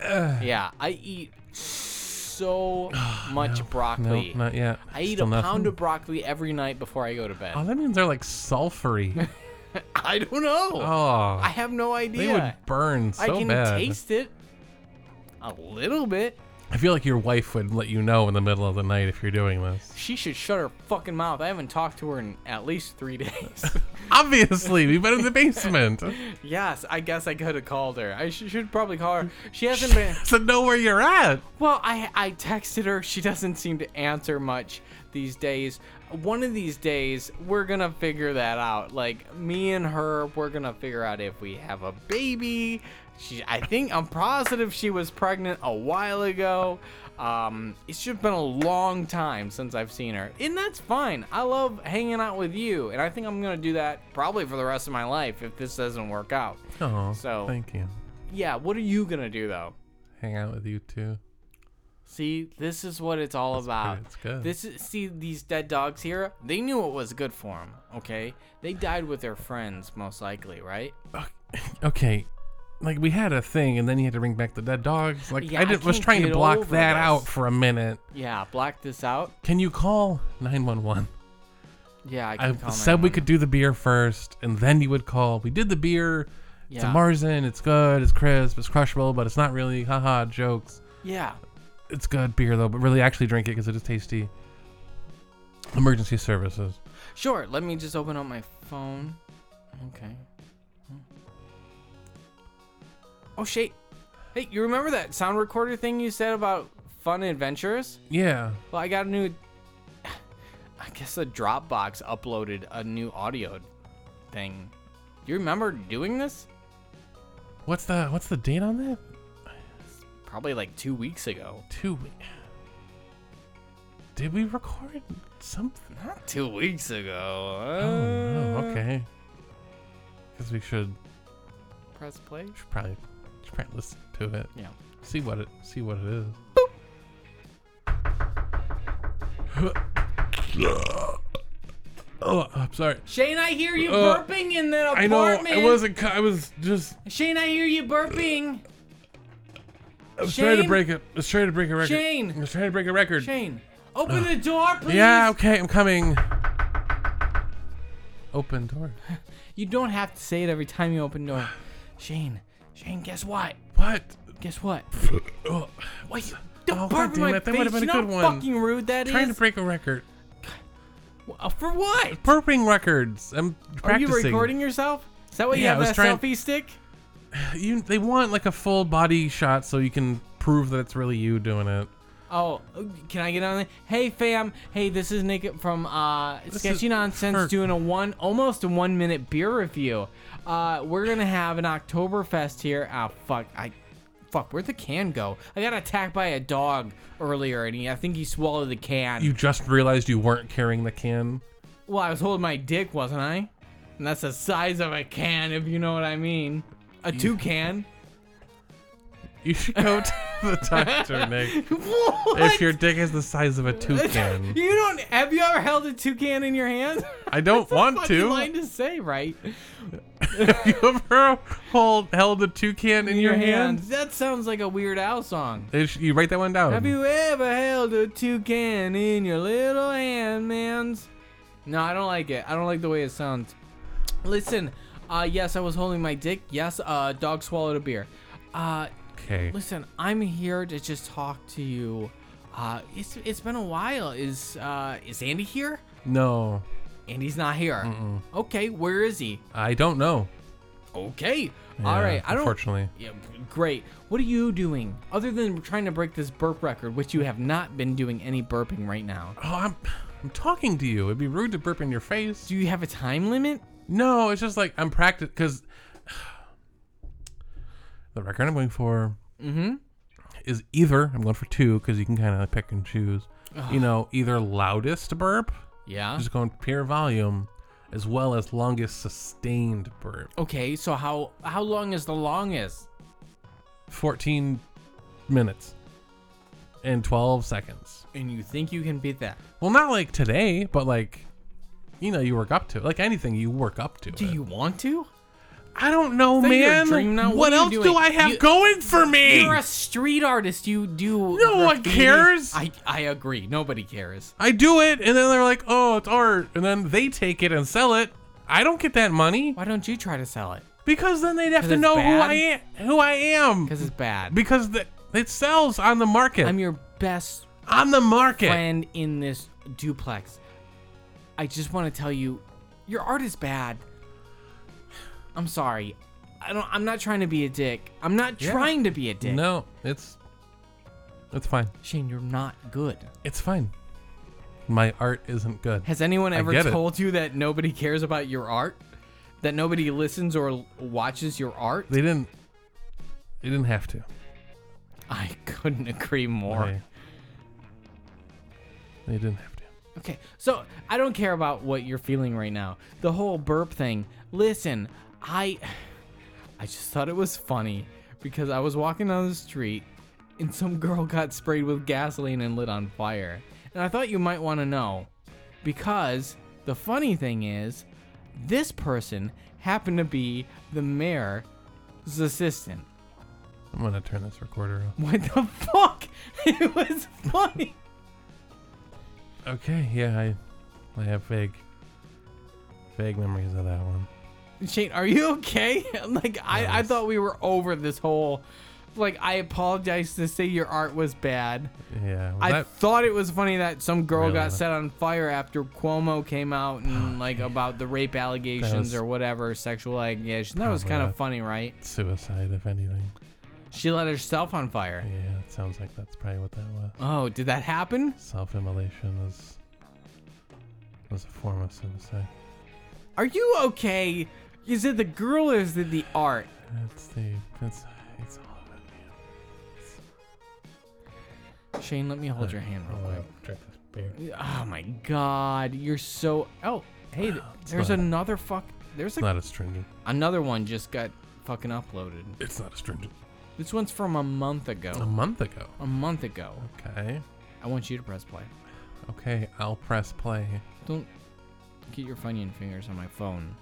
S1: yeah, I eat so much
S2: No,
S1: broccoli.
S2: not yet.
S1: I eat
S2: Still
S1: a
S2: nothing.
S1: pound of broccoli every night before I go to bed.
S2: Oh, that means they're like sulfury.
S1: I don't know.
S2: oh,
S1: I have no idea.
S2: they would burn so
S1: I can
S2: bad.
S1: taste it a little bit.
S2: I feel like your wife would let you know in the middle of the night if you're doing this.
S1: She should shut her fucking mouth. I haven't talked to her in at least three days.
S2: Obviously, we've been in the basement.
S1: yes, I guess I could have called her. I sh- should probably call her. She hasn't been.
S2: so know where you're at.
S1: Well, I I texted her. She doesn't seem to answer much these days. One of these days, we're gonna figure that out. Like me and her, we're gonna figure out if we have a baby. She, I think I'm positive she was pregnant a while ago. Um, it's just been a long time since I've seen her, and that's fine. I love hanging out with you, and I think I'm gonna do that probably for the rest of my life if this doesn't work out.
S2: Oh,
S1: So-
S2: thank you.
S1: Yeah, what are you gonna do though?
S2: Hang out with you too.
S1: See, this is what it's all about.
S2: That's good.
S1: This is see these dead dogs here. They knew what was good for them. Okay, they died with their friends most likely, right?
S2: Okay, like we had a thing, and then you had to bring back the dead dogs. Like
S1: Yeah,
S2: I,
S1: I
S2: did, was
S1: can't
S2: trying to
S1: get
S2: block
S1: over
S2: that
S1: this.
S2: out for a minute.
S1: Yeah, black this out.
S2: Can you call 911?
S1: Yeah, I
S2: I
S1: can call
S2: said we
S1: 911.
S2: could do the beer first, and then you would call. We did the beer. It's a
S1: Yeah.
S2: Marzen. It's good. It's crisp. It's crushable, but it's not really. Haha, jokes.
S1: Yeah,
S2: It's good beer though, but really actually drink it because it is tasty. Emergency services.
S1: sure. Let me just open up my phone. Okay. Oh shit! Hey, you remember that sound recorder thing you said about fun adventures?
S2: Yeah.
S1: Well, I got a new. I guess a Dropbox uploaded a new audio thing you remember doing this?
S2: What's the what's the date on that?
S1: Probably like two weeks ago.
S2: Two weeks. Did we record something?
S1: Not two weeks ago.
S2: Oh no.
S1: uh,
S2: Okay. Because we should,
S1: Press play.
S2: should probably should probably listen to it.
S1: Yeah.
S2: See what it see what it is. oh, I'm sorry.
S1: Shane, I hear you
S2: Uh,
S1: burping in that
S2: I know.
S1: apartment.
S2: I wasn't. cu- I was just.
S1: Shane, I hear you burping.
S2: I was trying to
S1: Shane?
S2: break it. I was trying to break a record.
S1: Shane.
S2: I was trying to break a record.
S1: Shane, open the door, please.
S2: Yeah. Okay. I'm coming. Open door.
S1: You don't have to say it every time you open the door. Shane, Shane, guess what?
S2: What?
S1: Guess what?
S2: Oh,
S1: Wait, don't
S2: Oh,
S1: burp in
S2: goddammit,
S1: my
S2: that
S1: face.
S2: would've been
S1: you
S2: a
S1: know
S2: good
S1: how
S2: one.
S1: fucking rude that is.
S2: trying to break a record.
S1: Uh, For what?
S2: Burping records. I'm
S1: Are
S2: practicing.
S1: you recording yourself? Is that why you
S2: Yeah, I
S1: have
S2: was
S1: that
S2: trying-
S1: selfie stick?
S2: You, they want like a full body shot so you can prove that it's really you doing it.
S1: Oh, can I get on there? Hey, fam. Hey, this is Nick from uh, Sketchy
S2: is
S1: Nonsense
S2: her-
S1: doing a one, almost a one minute beer review. Uh, we're gonna have an Oktoberfest here. Ah, fuck. I, fuck. Where'd the can go? I got attacked by a dog earlier, and he, I think he swallowed the can.
S2: You just realized you weren't carrying the can.
S1: well, I was holding my dick, wasn't I? And that's the size of a can, if you know what I mean. A toucan.
S2: You should go to the doctor, Nick.
S1: what?
S2: If your dick is the size of a toucan,
S1: you don't have you ever held a toucan in your hand?
S2: I don't want
S1: fucking
S2: to.
S1: line to say, right?
S2: Have you ever hold, held a toucan in your hand?
S1: That sounds like a Weird Al song.
S2: They sh- You write that one down.
S1: Have you ever held a toucan in your little hand, mans? No, I don't like it. I don't like the way it sounds. Listen, uh, yes, I was holding my dick. Yes, uh, dog swallowed a beer. Uh,
S2: okay.
S1: listen, I'm here to just talk to you. Uh, it's it's been a while. Is uh, is Andy here?
S2: No,
S1: Andy's not here. Okay, where is he?
S2: I don't know.
S1: Okay,
S2: Yeah,
S1: all right. I don't.
S2: Unfortunately,
S1: Yeah, great. What are you doing other than trying to break this burp record, which you have not been doing any burping right now?
S2: oh, I'm I'm talking to you. It'd be rude to burp in your face.
S1: Do you have a time limit?
S2: No, it's just like I'm practice because the record I'm going for
S1: Mm-hmm.
S2: is either I'm going for two because you can kind of pick and choose. You know, either loudest burp,
S1: Yeah.
S2: just going pure volume, as well as longest sustained burp.
S1: Okay, so how how long is the longest?
S2: 14 minutes and 12 seconds.
S1: And you think you can beat that?
S2: Well, not like today, but like you know, you work up to it. like anything you work up to.
S1: Do
S2: it.
S1: you want to?
S2: I don't know,
S1: that your
S2: man.
S1: dream now?
S2: What,
S1: What are you
S2: else do
S1: doing?
S2: I have
S1: You-
S2: going for me?
S1: You're a street artist. You do.
S2: No one
S1: graffiti.
S2: cares.
S1: I I agree. Nobody cares.
S2: I do it, and then they're like, "Oh, it's art," and then they take it and sell it. I don't get that money
S1: Why don't you try to sell it?
S2: because then they'd have to
S1: it's
S2: know who
S1: bad?
S2: I am. Who I am
S1: Because it's bad.
S2: because the, it sells on the market.
S1: I'm your best
S2: on the market.
S1: friend in this duplex. I just want to tell you, your art is bad. I'm sorry. I don't. I'm not trying to be a dick. I'm not
S2: Yeah.
S1: trying to be a dick.
S2: No, it's it's fine.
S1: Shane, you're not good.
S2: It's fine. My art isn't good.
S1: Has anyone ever
S2: get it.
S1: told you that nobody cares about your art? That nobody listens or l- watches your art?
S2: They didn't. They didn't have to.
S1: I couldn't agree more.
S2: They, they didn't have to.
S1: Okay, so I don't care about what you're feeling right now. The whole burp thing. Listen, I I just thought it was funny because I was walking down the street and some girl got sprayed with gasoline and lit on fire. And I thought you might want to know because the funny thing is this person happened to be the mayor's assistant.
S2: I'm gonna turn this recorder off.
S1: What the fuck? It was funny.
S2: Okay, yeah, I, I have vague, vague memories of that one.
S1: Shane, are you okay? Like I, I thought we were over this whole like I apologize to say your art was bad.
S2: Yeah, was
S1: I
S2: that,
S1: thought it was funny that some girl
S2: Really? Oh,
S1: got set on fire after Cuomo came out and like about the rape allegations
S2: was-
S1: or whatever sexual allegations. That was
S2: Probably
S1: kind of
S2: not.
S1: funny, right?
S2: suicide, if anything.
S1: She let herself on fire.
S2: Yeah, it sounds like that's probably what that was.
S1: Oh, did that happen?
S2: Self-immolation was was a form of suicide.
S1: Are you okay?
S3: Is it the girl or is it the art?
S2: That's the. That's. It's all of it, man.
S1: Shane, let me hold
S2: Uh,
S1: your hand real quick.
S2: drink Oh, this beer.
S1: Oh my god, you're so. Oh, hey, th- there's
S2: not-
S1: another fuck. There's
S2: It's
S1: a,
S2: not astringent.
S1: another one just got fucking uploaded.
S2: It's not astringent.
S1: This one's from a month
S2: A
S1: ago.
S2: month ago.
S1: A month ago.
S2: Okay.
S1: I want you to press play.
S2: Okay. I'll press play.
S1: Don't get your funyun fingers on my phone.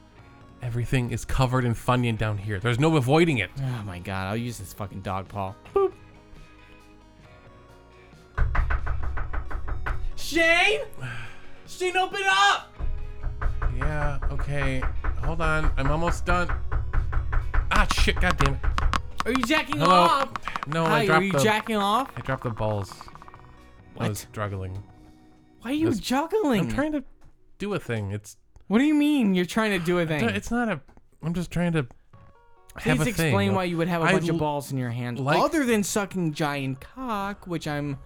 S2: Everything is covered in Funyun down here. There's no avoiding it.
S1: Oh my god, I'll use this fucking dog paw.
S3: Shane? Shane, open up!
S2: Yeah. Okay. Hold on. I'm almost done. Ah shit! God damn it.
S1: Are you jacking
S2: Hello.
S1: off?
S2: No,
S1: Hi,
S2: I
S1: are
S2: dropped
S1: you
S2: the.
S1: jacking off?
S2: I dropped the balls. I was
S1: What? Hmm.
S2: struggling.
S1: Why are you
S2: this-
S1: juggling?
S2: I'm trying to do a thing. It's
S1: what do you mean you're trying to do a thing?
S2: it's not a. I'm just trying to. have
S1: Please
S2: a thing.
S1: explain why you would have a
S2: I
S1: bunch
S2: l-
S1: of balls in your hand,
S2: like-
S1: other than sucking giant cock, which I'm.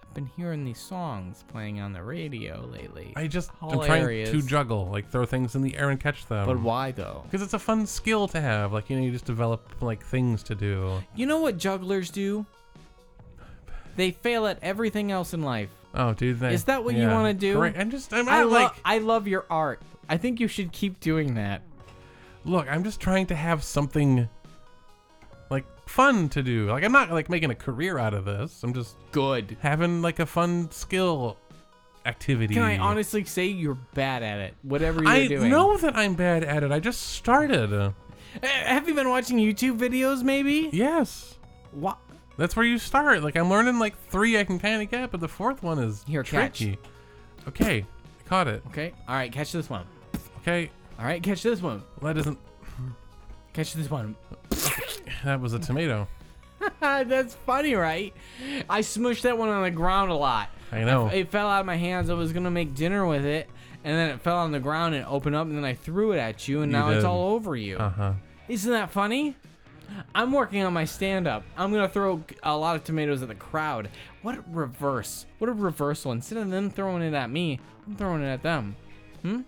S1: I've been hearing these songs playing on the radio lately.
S2: I just I'm trying
S1: Hilarious.
S2: to juggle, like throw things in the air and catch them.
S1: but why though?
S2: Because it's a fun skill to have. Like you know, you just develop like things to do.
S1: You know what jugglers do? They fail at everything else in life.
S2: Oh, dude, they,
S1: Is that what you wanna do?
S2: Great. I'm just. I'm
S1: I,
S2: not
S1: lo-
S2: like.
S1: I love your art. I think you should keep doing that.
S2: Look, I'm just trying to have something. Like fun to do. Like I'm not like making a career out of this. I'm just
S1: Good.
S2: having like a fun skill activity.
S1: Can I honestly say you're bad at it? Whatever you're
S2: I
S1: doing.
S2: know that I'm bad at it. I just started.
S1: Eh, Have you been watching YouTube videos? Maybe.
S2: Yes.
S1: What?
S2: That's where you start. Like I'm learning like three I can kind of get, but the fourth one is
S1: Here, catch.
S2: tricky. Okay, I caught it.
S1: Okay. All right. Catch this one.
S2: Okay,
S1: All right. Catch this one.
S2: that isn't.
S1: Catch this one.
S2: That was a tomato.
S1: That's funny, right? I smushed that one on the ground a lot.
S2: I know.
S1: It fell out of my hands. I was gonna make dinner with it, and then it fell on the ground and opened up, and then I threw it at you, and
S2: You
S1: now it's
S2: did.
S1: all over you.
S2: Uh huh.
S1: Isn't that funny? I'm working on my stand-up. I'm gonna throw a lot of tomatoes at the crowd. What a reverse! What a reversal! Instead of them throwing it at me, I'm throwing it at them. Hmm.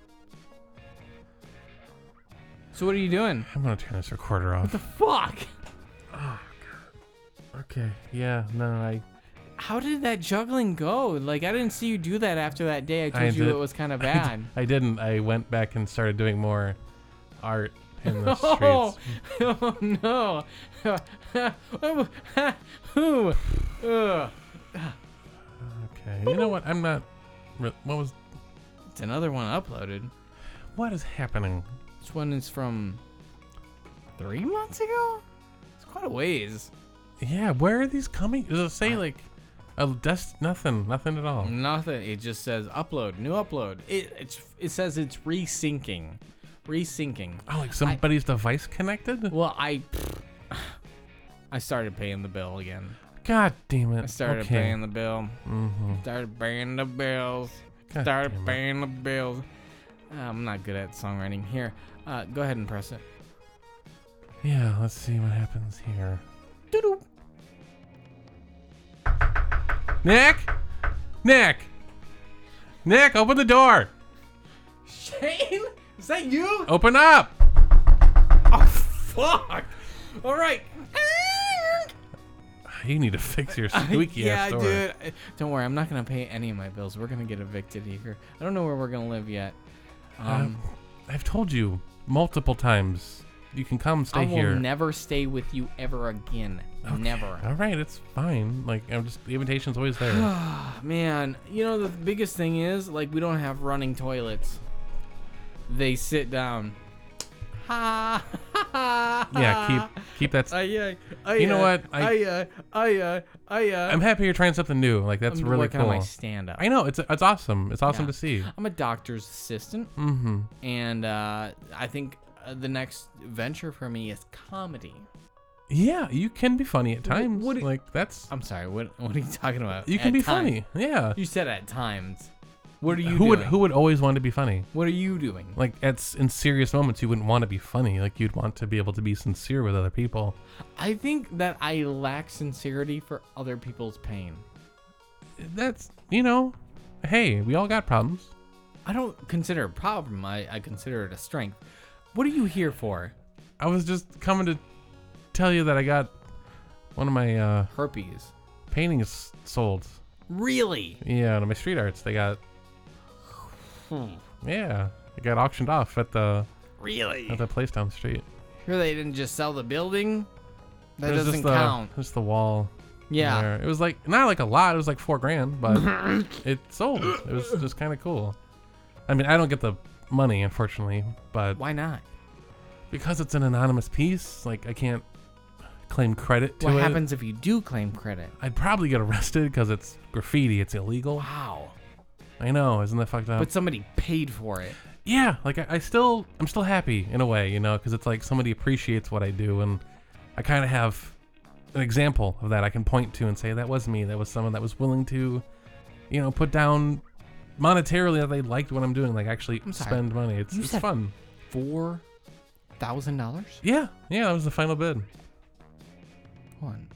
S1: So what are you doing?
S2: I'm gonna turn this recorder off.
S1: Fuck!
S2: okay. Yeah. No. I.
S1: How did that juggling go? Like I didn't see you do that after that day. I told
S2: I
S1: you
S2: did-
S1: it was kind of
S2: I
S1: bad.
S2: d- I didn't. I went back and started doing more art in the
S1: Oh,
S2: streets.
S1: oh no! Oh, Ooh. Ugh.
S2: Okay. You know what? I'm not. re- What was?
S1: It's another one uploaded.
S2: What is happening?
S1: This one is from three months ago. It's quite a ways.
S2: Yeah. Where are these coming? Does it say like? A dust? Nothing. Nothing at all.
S1: Nothing. It just says upload, new upload. It it's it says it's resyncing, resyncing.
S2: Oh, like somebody's device connected?
S1: Well, I I started paying the bill again.
S2: God damn it.
S1: I started
S2: okay.
S1: paying the bill.
S2: Mm-hmm.
S1: Started paying the bills.
S2: God
S1: Started
S2: damn it.
S1: paying the bills. Uh, I'm not good at songwriting. Here, uh, go ahead and press it.
S2: Yeah, let's see what happens here.
S1: Doo-doo.
S2: Nick! Nick! Nick, open the door!
S1: Shane, is that you?
S2: Open up!
S1: Oh fuck! All right.
S2: You need to fix your squeaky
S1: yeah,
S2: ass door.
S1: dude. I- Don't worry, I'm not gonna pay any of my bills. We're gonna get evicted here. I don't know where we're gonna live yet. Um,
S2: Um, I've told you multiple times. You can come stay
S1: I will
S2: here.
S1: never stay with you ever again. Never.
S2: Alright, it's fine. Like I'm just the invitation's always there.
S1: Man, you know the biggest thing is like we don't have running toilets. They sit down. Ha ha.
S2: yeah, keep keep that s-
S1: I, uh, I,
S2: You know what?
S1: I
S2: I-
S1: uh, I uh, I uh,
S2: I'm happy you're trying something new. Like that's
S1: I'm
S2: really
S1: working
S2: cool.
S1: on my stand up.
S2: I know, it's it's awesome. It's awesome
S1: Yeah.
S2: to see.
S1: I'm a doctor's assistant,
S2: Mm-hmm.
S1: and uh, I think uh, the next venture for me is comedy.
S2: Yeah, you can be funny at times.
S1: what do-
S2: like that's
S1: I'm sorry, what what are you talking about?
S2: you can
S1: At
S2: be
S1: times.
S2: funny. Yeah.
S1: You said at times. What are you
S2: who
S1: doing?
S2: would who would always want to be funny?
S1: What are you doing?
S2: Like at s- in serious moments, you wouldn't want to be funny. Like you'd want to be able to be sincere with other people.
S1: I think that I lack sincerity for other people's pain.
S2: That's you know, hey, we all got problems.
S1: I don't consider it a problem. I, I consider it a strength. What are you here for?
S2: I was just coming to tell you that I got one of my uh,
S1: Herpes.
S2: paintings sold.
S1: Really?
S2: Yeah, one of my street arts. They got. Yeah, they got auctioned off at the
S1: Really?
S2: at the place down the street.
S1: Sure they didn't just sell the building? That
S2: It was
S1: doesn't
S2: just the,
S1: count.
S2: Just the wall.
S1: Yeah.
S2: there. It was like not like a lot. It was like four grand, but it sold. It was just kind of cool. I mean, I don't get the money, unfortunately, but
S1: Why not?
S2: because it's an anonymous piece, like I can't claim credit to
S1: What
S2: it.
S1: happens if you do claim credit?
S2: I'd probably get arrested because it's graffiti. It's illegal.
S1: Wow.
S2: I know, isn't that fucked up?
S1: But somebody paid for it.
S2: yeah, like I, I still, I'm still happy in a way, you know, because it's like somebody appreciates what I do, and I kind of have an example of that I can point to and say that was me. That was someone that was willing to, you know, put down monetarily that they liked what I'm doing, like actually
S1: I'm sorry.
S2: spend money. It's,
S1: You
S2: it's
S1: said-
S2: fun.
S1: Four thousand dollars?
S2: Yeah, yeah, that was the final bid.
S1: Hold on.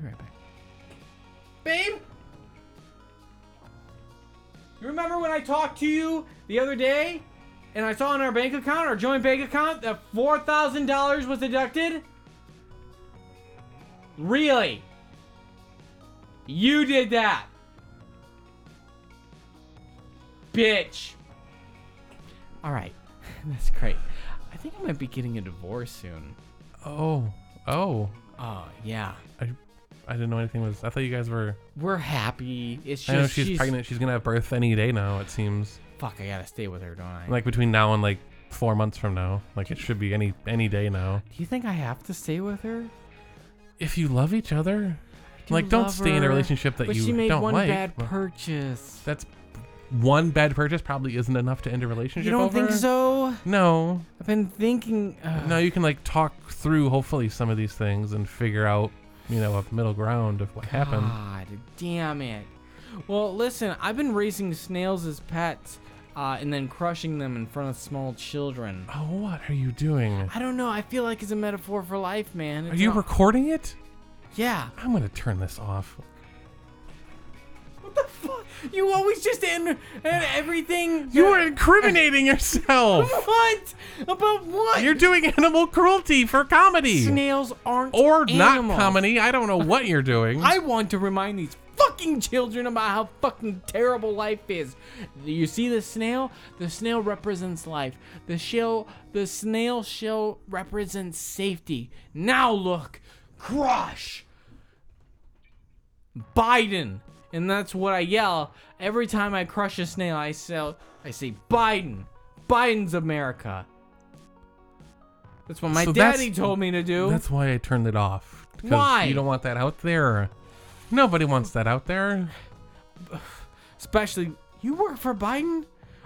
S1: Be right back.
S3: Babe? You remember when I talked to you the other day and I saw in our bank account, our joint bank account, that $4,000 was deducted? Really? You did that. Bitch.
S1: Alright. That's great. I think I might be getting a divorce soon.
S2: Oh, oh,
S1: Oh, yeah.
S2: I, I didn't know anything was. I thought you guys were.
S1: We're happy. It's just
S2: I know she's, pregnant. She's gonna have birth any day now. It seems
S1: Fuck, I gotta stay with her, don't I?
S2: like between now and like four months from now. Like it should be any any day now.
S1: Do you think I have to stay with her?
S2: If you love each other,
S1: do
S2: like don't
S1: love
S2: stay in
S1: her,
S2: a relationship that
S1: but
S2: you
S1: she made
S2: don't
S1: one
S2: like.
S1: bad
S2: Well,
S1: purchase.
S2: that's one bad purchase probably isn't enough to end a relationship.
S1: You don't think
S2: over.
S1: so?
S2: No,
S1: I've been thinking. Uh,
S2: no. You can like talk through hopefully some of these things and figure out you know a middle ground of what happened.
S1: God damn it. Well, listen, I've been raising snails as pets uh, and then crushing them in front of small children.
S2: Oh, what are you doing?
S1: I don't know. I feel like it's a metaphor for life, man.
S2: Are
S1: It's
S2: you
S1: not-
S2: recording it?
S1: yeah.
S2: I'm gonna turn this off.
S1: What the fuck? You always just end, end everything.
S2: You are incriminating yourself.
S1: What? About what?
S2: You're doing animal cruelty for comedy.
S1: snails aren't
S2: or
S1: animals.
S2: not comedy. I don't know what you're doing.
S1: I want to remind these fucking children about how fucking terrible life is. You see the snail? The snail represents life. The shell, the snail shell represents safety. Now look, crush Biden. And that's what I yell every time I crush a snail. I sell, I say Biden. Biden's America. That's what my
S2: So that's-
S1: daddy told me to do.
S2: That's why I turned it off. 'Cause
S1: Why?
S2: You don't want that out there. Nobody wants that out there.
S1: Especially, you work for Biden?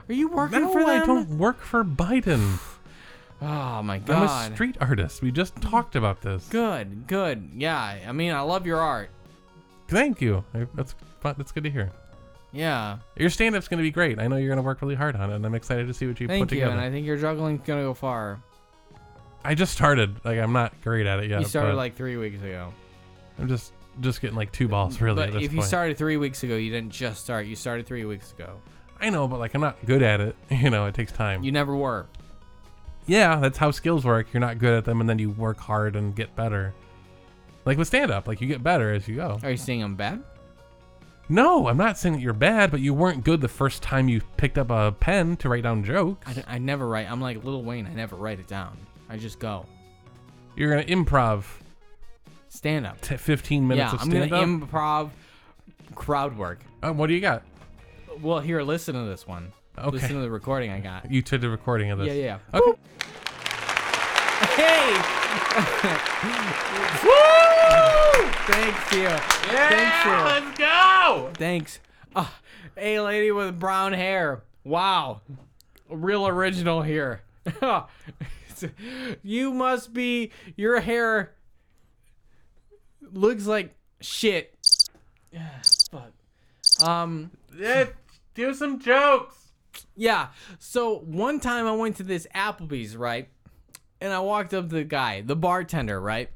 S1: Are you working
S2: No,
S1: for them?
S2: I don't work for Biden.
S1: Oh my god.
S2: I'm a street artist. We just talked about this.
S1: good, good. Yeah, I mean, I love your art.
S2: Thank you. I- That's fun. That's good to hear.
S1: Yeah,
S2: Your stand-up's gonna be great. I know you're gonna work really hard on it, and I'm excited to see what you
S1: thank
S2: put
S1: you.
S2: together.
S1: And I think your juggling's gonna go far.
S2: I-, just started. Like I'm not great at it yet.
S1: you started
S2: but
S1: like three weeks ago.
S2: I'm just just getting like two balls really at
S1: But
S2: this
S1: if you
S2: point.
S1: started three weeks ago, you didn't just start. You started three weeks ago.
S2: I know, but like I'm not good at it. You know, it takes time.
S1: You never were.
S2: yeah, that's how skills work. You're not good at them, and then you work hard and get better. Like with stand up, like you get better as you go.
S1: Are you saying I'm bad?
S2: No, I'm not saying that you're bad, but you weren't good the first time you picked up a pen to write down jokes.
S1: I, don't- I never write. I'm like Lil Wayne. I never write it down. I just go
S2: You're gonna improv
S1: stand up.
S2: t- 15 minutes
S1: Yeah,
S2: of
S1: I'm
S2: stand
S1: gonna
S2: up.
S1: improv crowd work.
S2: what do you got?
S1: Well, here, listen to this one.
S2: Okay.
S1: Listen to the recording I got.
S2: You took the recording of this.
S1: Yeah, yeah.
S2: Okay.
S1: Hey! Thanks to you. Thanks
S2: let's go.
S1: you. Thanks. Ah, hey, lady with brown hair. Wow. Real original here. you must be. Your hair looks like shit. Ah, Fuck. Um.
S2: do some jokes.
S1: Yeah. So one time I went to this Applebee's, right? And I walked up to the guy, the bartender, right?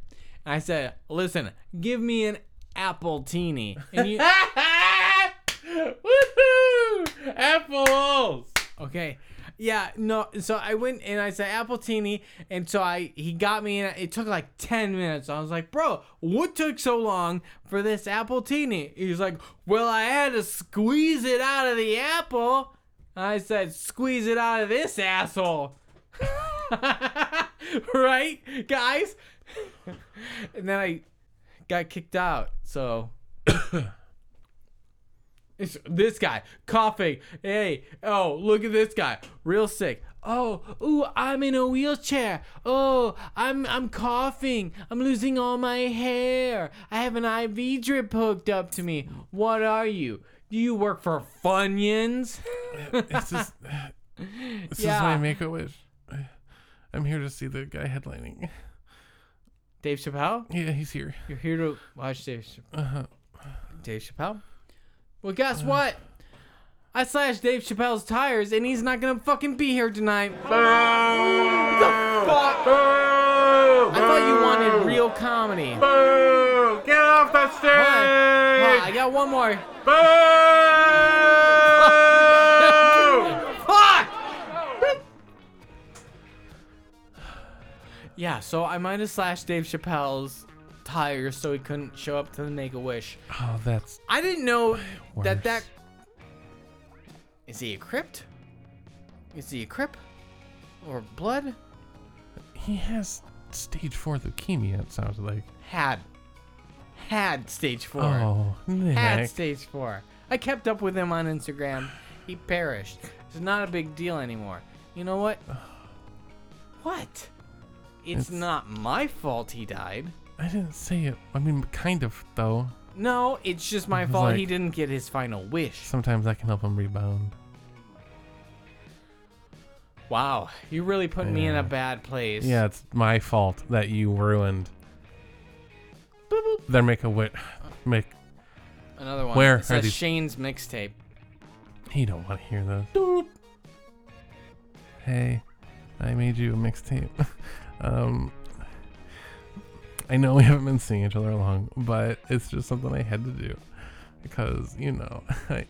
S1: And I said, "Listen, give me an apple teeny." And you,
S2: Woohoo! Apples.
S1: okay. Yeah, no. So I went and I said Appletini, and so I he got me, and it took like ten minutes. I was like, "Bro, what took so long for this Appletini?" He's like, "Well, I had to squeeze it out of the apple." I said, "Squeeze it out of this asshole." right, guys? and then I got kicked out. So it's this guy coughing. Hey, oh, look at this guy, real sick. Oh, ooh, I'm in a wheelchair. Oh, I'm I'm coughing. I'm losing all my hair. I have an IV drip hooked up to me. What are you? Do you work for Funyuns?
S2: It's just, this
S1: Yeah.
S2: is my make a wish. I'm here to see the guy headlining.
S1: Dave Chappelle?
S2: Yeah, he's here.
S1: You're here to watch Dave Chappelle.
S2: Uh-huh.
S1: Dave Chappelle. Well, guess what? I slashed Dave Chappelle's tires, and he's not gonna fucking be here tonight. What the fuck? I thought you
S2: Oh.
S1: wanted real comedy. Hold
S2: Boo! Get off the
S1: on. Hold on, I
S2: stage!
S1: got one more.
S2: Boo!
S1: Fuck! Yeah, so I might have slashed Dave Chappelle's tires so he couldn't show up to the Make a Wish.
S2: oh, that's
S1: I didn't know that
S2: Worse.
S1: that. Is he a crypt? Is he a crypt? Or blood?
S2: he has stage four leukemia. It sounds like.
S1: Had. Had stage four.
S2: Oh,
S1: Had
S2: Nick.
S1: stage four. I kept up with him on Instagram. He perished. It's not a big deal anymore. You know what? What? It's,
S2: It's-
S1: not my fault he died.
S2: I didn't say it. I mean, kind of though.
S1: No, it's just my
S2: It's
S1: fault
S2: like-
S1: he didn't get his final wish.
S2: Sometimes I can help him rebound.
S1: Wow, you really put me in
S2: Yeah.
S1: a bad place.
S2: Yeah, it's my fault that you ruined. Their make a wit. Make
S1: Another one.
S2: Where
S1: It
S2: are
S1: says
S2: these-
S1: Shane's mixtape.
S2: he don't want to hear those. Hey, I made you a mixtape. um, I know we haven't been seeing each other long, but it's just something I had to do because you know I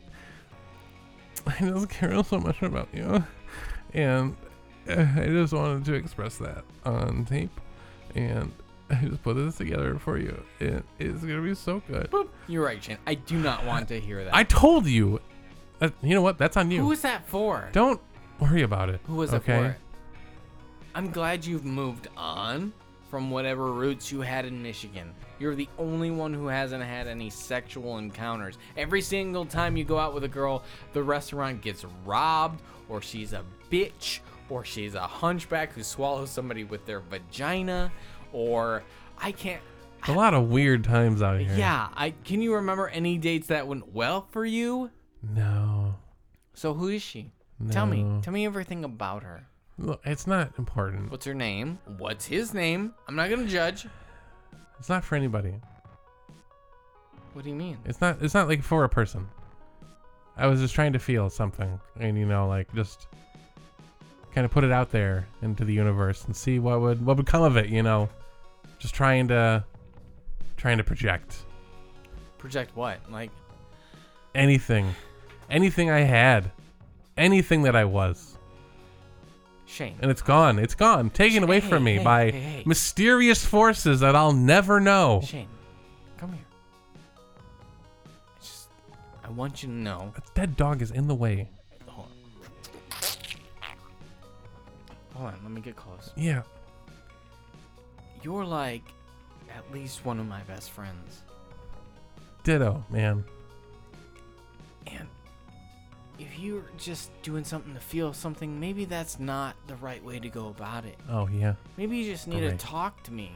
S2: I just care so much about you, and uh, I just wanted to express that on tape, and I just put this together for you. It is gonna be so good.
S1: Boop. You're right, Shane. I do not want to hear that.
S2: I told you. Uh, you know what? That's on you.
S1: Who was that for?
S2: Don't worry about it.
S1: Who was
S2: okay?
S1: it for? I'm glad you've moved on from whatever roots you had in Michigan. You're the only one who hasn't had any sexual encounters. Every single time you go out with a girl, the restaurant gets robbed, or she's a bitch, or she's a hunchback who swallows somebody with their vagina, or I can't.
S2: A lot of weird times out here.
S1: Yeah, I can you remember any dates that went well for you?
S2: No.
S1: So who is she? Tell me.
S2: No.
S1: Tell me everything about her.
S2: Look, it's not important.
S1: What's her name? What's his name? I'm not gonna judge.
S2: It's not for anybody.
S1: What do you mean?
S2: It's not. It's not like for a person. I was just trying to feel something, and you know, like just kind of put it out there into the universe and see what would what would come of it. You know, just trying to trying to project
S1: Project what? Like,
S2: anything, anything I had, anything that I was.
S1: Shane.
S2: and it's gone. It's gone, taken away
S1: Hey,
S2: from me
S1: hey,
S2: by
S1: hey, hey.
S2: mysterious forces that I'll never know.
S1: Shane, come here. I just, I want you to know.
S2: A dead dog is in the way.
S1: Hold on. Hold on, let me get close.
S2: Yeah,
S1: You're like at least one of my best friends.
S2: ditto, man.
S1: And if you're just doing something to feel something, maybe that's not the right way to go about it.
S2: Oh yeah.
S1: Maybe you just need
S2: Alright.
S1: to talk to me.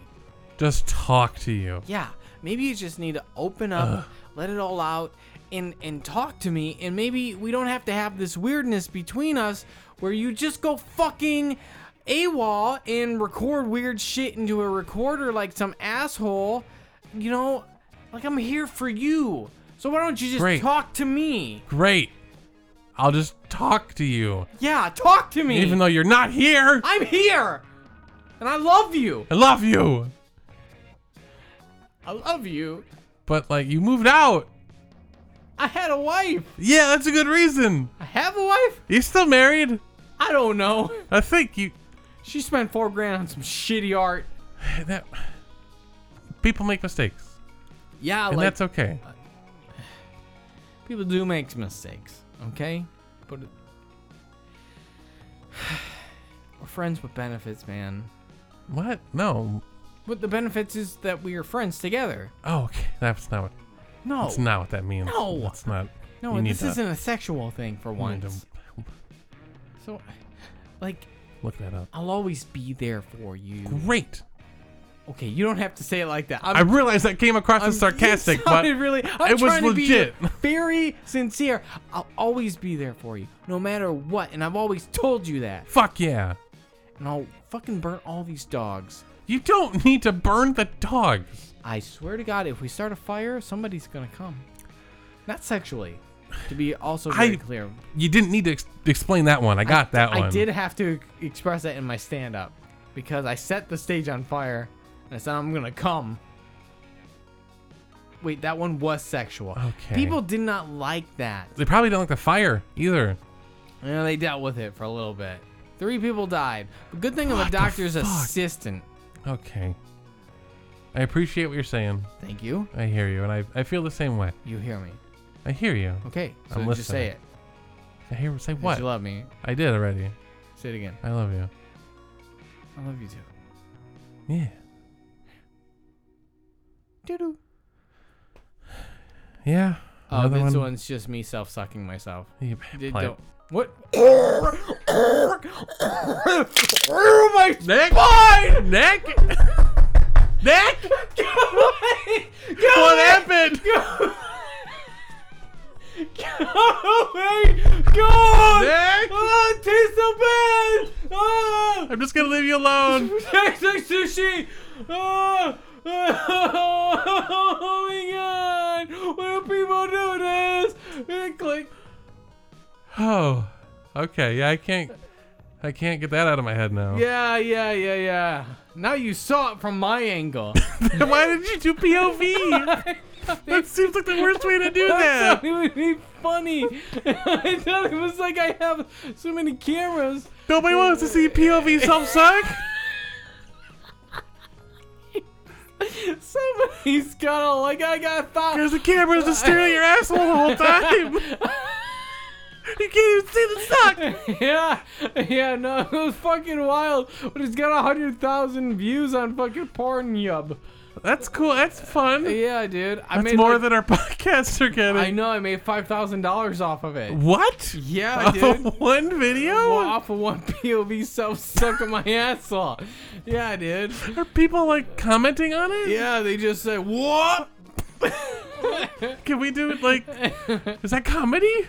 S2: Just talk to you.
S1: Yeah, maybe you just need to open up, let it all out, and and talk to me, and maybe we don't have to have this weirdness between us where you just go fucking AWOL and record weird shit into a recorder like some asshole. You know, like I'm here for you. So why don't you just
S2: Great.
S1: talk to me?
S2: Great. I'll just talk to you,
S1: Yeah, talk to me.
S2: even though you're not here. I,
S1: I'm here. And I love you.
S2: love you,
S1: I love you.
S2: but like you moved out.
S1: I had a wife.
S2: Yeah, that's a good reason.
S1: I have a wife.
S2: You still married?
S1: I don't know.
S2: I think you
S1: She spent four grand on some shitty art.
S2: that people make mistakes,
S1: Yeah,
S2: and
S1: like
S2: that's okay.
S1: people do make mistakes. Okay, but we're friends with benefits, man.
S2: What? No.
S1: But the benefits is that we are friends together.
S2: Oh, okay. That's not what.
S1: No,
S2: That's not what that means.
S1: No.
S2: That's not.
S1: no,
S2: you need
S1: this
S2: to-
S1: isn't a sexual thing for
S2: you need
S1: once.
S2: to
S1: So, like,
S2: Look that up.
S1: I'll always be there for you.
S2: Great.
S1: Okay, you don't have to say it like that. I'm,
S2: I realize that came across as
S1: I'm-
S2: sarcastic,
S1: you
S2: but
S1: sounded really, I'm
S2: it was
S1: trying to be
S2: legit.
S1: very sincere. I'll always be there for you, no matter what, and I've always told you that.
S2: fuck yeah.
S1: And I'll fucking burn all these dogs.
S2: You don't need to burn the dogs.
S1: I swear to God, if we start a fire, somebody's gonna come. Not sexually, to be also very
S2: I-
S1: clear.
S2: You didn't need to ex- explain that one. I got that one.
S1: I did have to express that in my stand-up because I set the stage on fire and I said I'm gonna come. Wait, that one was sexual.
S2: Okay.
S1: People did not like that.
S2: They probably don't like the fire either.
S1: Yeah, they dealt with it for a little bit. Three people died. But good thing I'm a
S2: What the
S1: doctor's
S2: fuck?
S1: assistant.
S2: Okay. I appreciate what you're saying.
S1: Thank you.
S2: I hear you, and I, I feel the same way.
S1: You hear me?
S2: I hear you.
S1: Okay. So
S2: I'm
S1: just say
S2: listening.
S1: it.
S2: I hear say
S1: Did
S2: what?
S1: You love me.
S2: I did already.
S1: Say it again.
S2: I love you.
S1: I love you too.
S2: Yeah.
S1: Doo-doo.
S2: Yeah.
S1: Oh, this one's just me self-sucking myself.
S2: Yeah,
S1: Did,
S2: play it.
S1: don't. What? oh my
S2: Nick! Nick! Nick! What happened? Nick!
S1: Oh, it tastes so bad! Oh,
S2: I'm just gonna leave you alone.
S1: tastes like sushi! Oh, oh my god! Why do people do this? And click.
S2: Oh. Okay. Yeah, I can't. I can't get that out of my head now.
S1: Yeah, yeah, yeah, yeah. Now you saw it from my angle.
S2: Why did you do POV? that seems like the worst way to do
S1: I
S2: that.
S1: thought it would be funny. I thought it was like I have so many cameras.
S2: Nobody wants to see POV self suck.
S1: Somebody's got a like I got thought.
S2: Because the camera's just staring at your asshole the whole time. You can't even see the suck.
S1: yeah, yeah, no, it was fucking wild. But it's got a hundred thousand views on fucking Pornhub.
S2: That's cool. That's fun.
S1: Yeah, dude. I
S2: That's
S1: made
S2: more
S1: like-
S2: than our podcasts are getting.
S1: I know. I made five thousand dollars off of it.
S2: What?
S1: Yeah,
S2: Off
S1: dude.
S2: of one video?
S1: Well, off of one POV self sucking my asshole. Yeah, dude.
S2: Are people like commenting on it?
S1: Yeah, they just say what?
S2: Can we do it like is that comedy?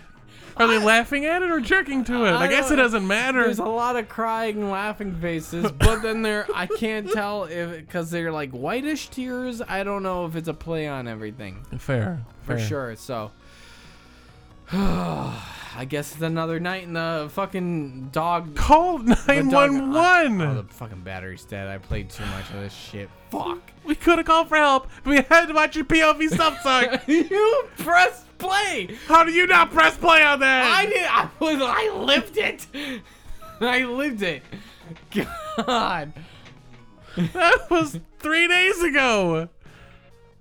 S2: Are they laughing at it or jerking to it? I,
S1: I
S2: guess it
S1: don't-
S2: doesn't matter.
S1: There's a lot of crying and laughing faces, but then there I can't tell if because they're like whitish tears. I don't know if it's a play on everything
S2: fair.
S1: for
S2: fair.
S1: sure. So I guess it's another night in the fucking dog.
S2: Call
S1: the dog-
S2: nine one
S1: Oh,
S2: one.
S1: the fucking battery's dead. I played too much of this shit. Fuck.
S2: We could have called for help. but We had to watch your POV stuff suck.
S1: you press play.
S2: How do you not press play on
S1: I
S2: that?
S1: did. I was. I lived it. I lived it. God.
S2: that was three days ago.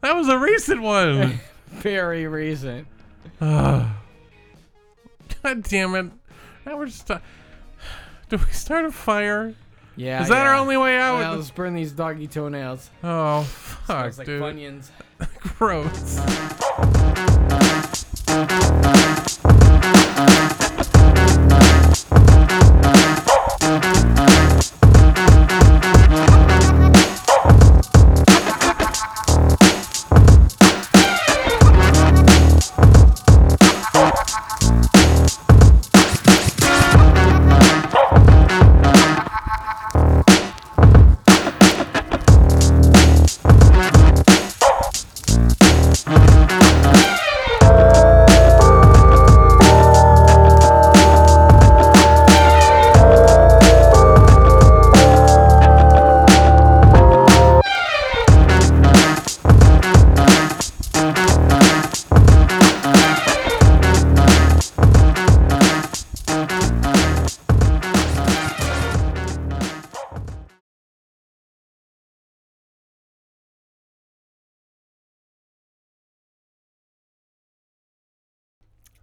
S2: That was a recent one.
S1: Very recent.
S2: God damn it. Now we're just. uh, Do we start a fire?
S1: Yeah.
S2: Is Uh, that our
S1: yeah.
S2: only way out?
S1: Yeah, let's burn these doggy toenails.
S2: Oh, fuck,
S1: Smells like
S2: dude.
S1: Funyuns.
S2: Gross.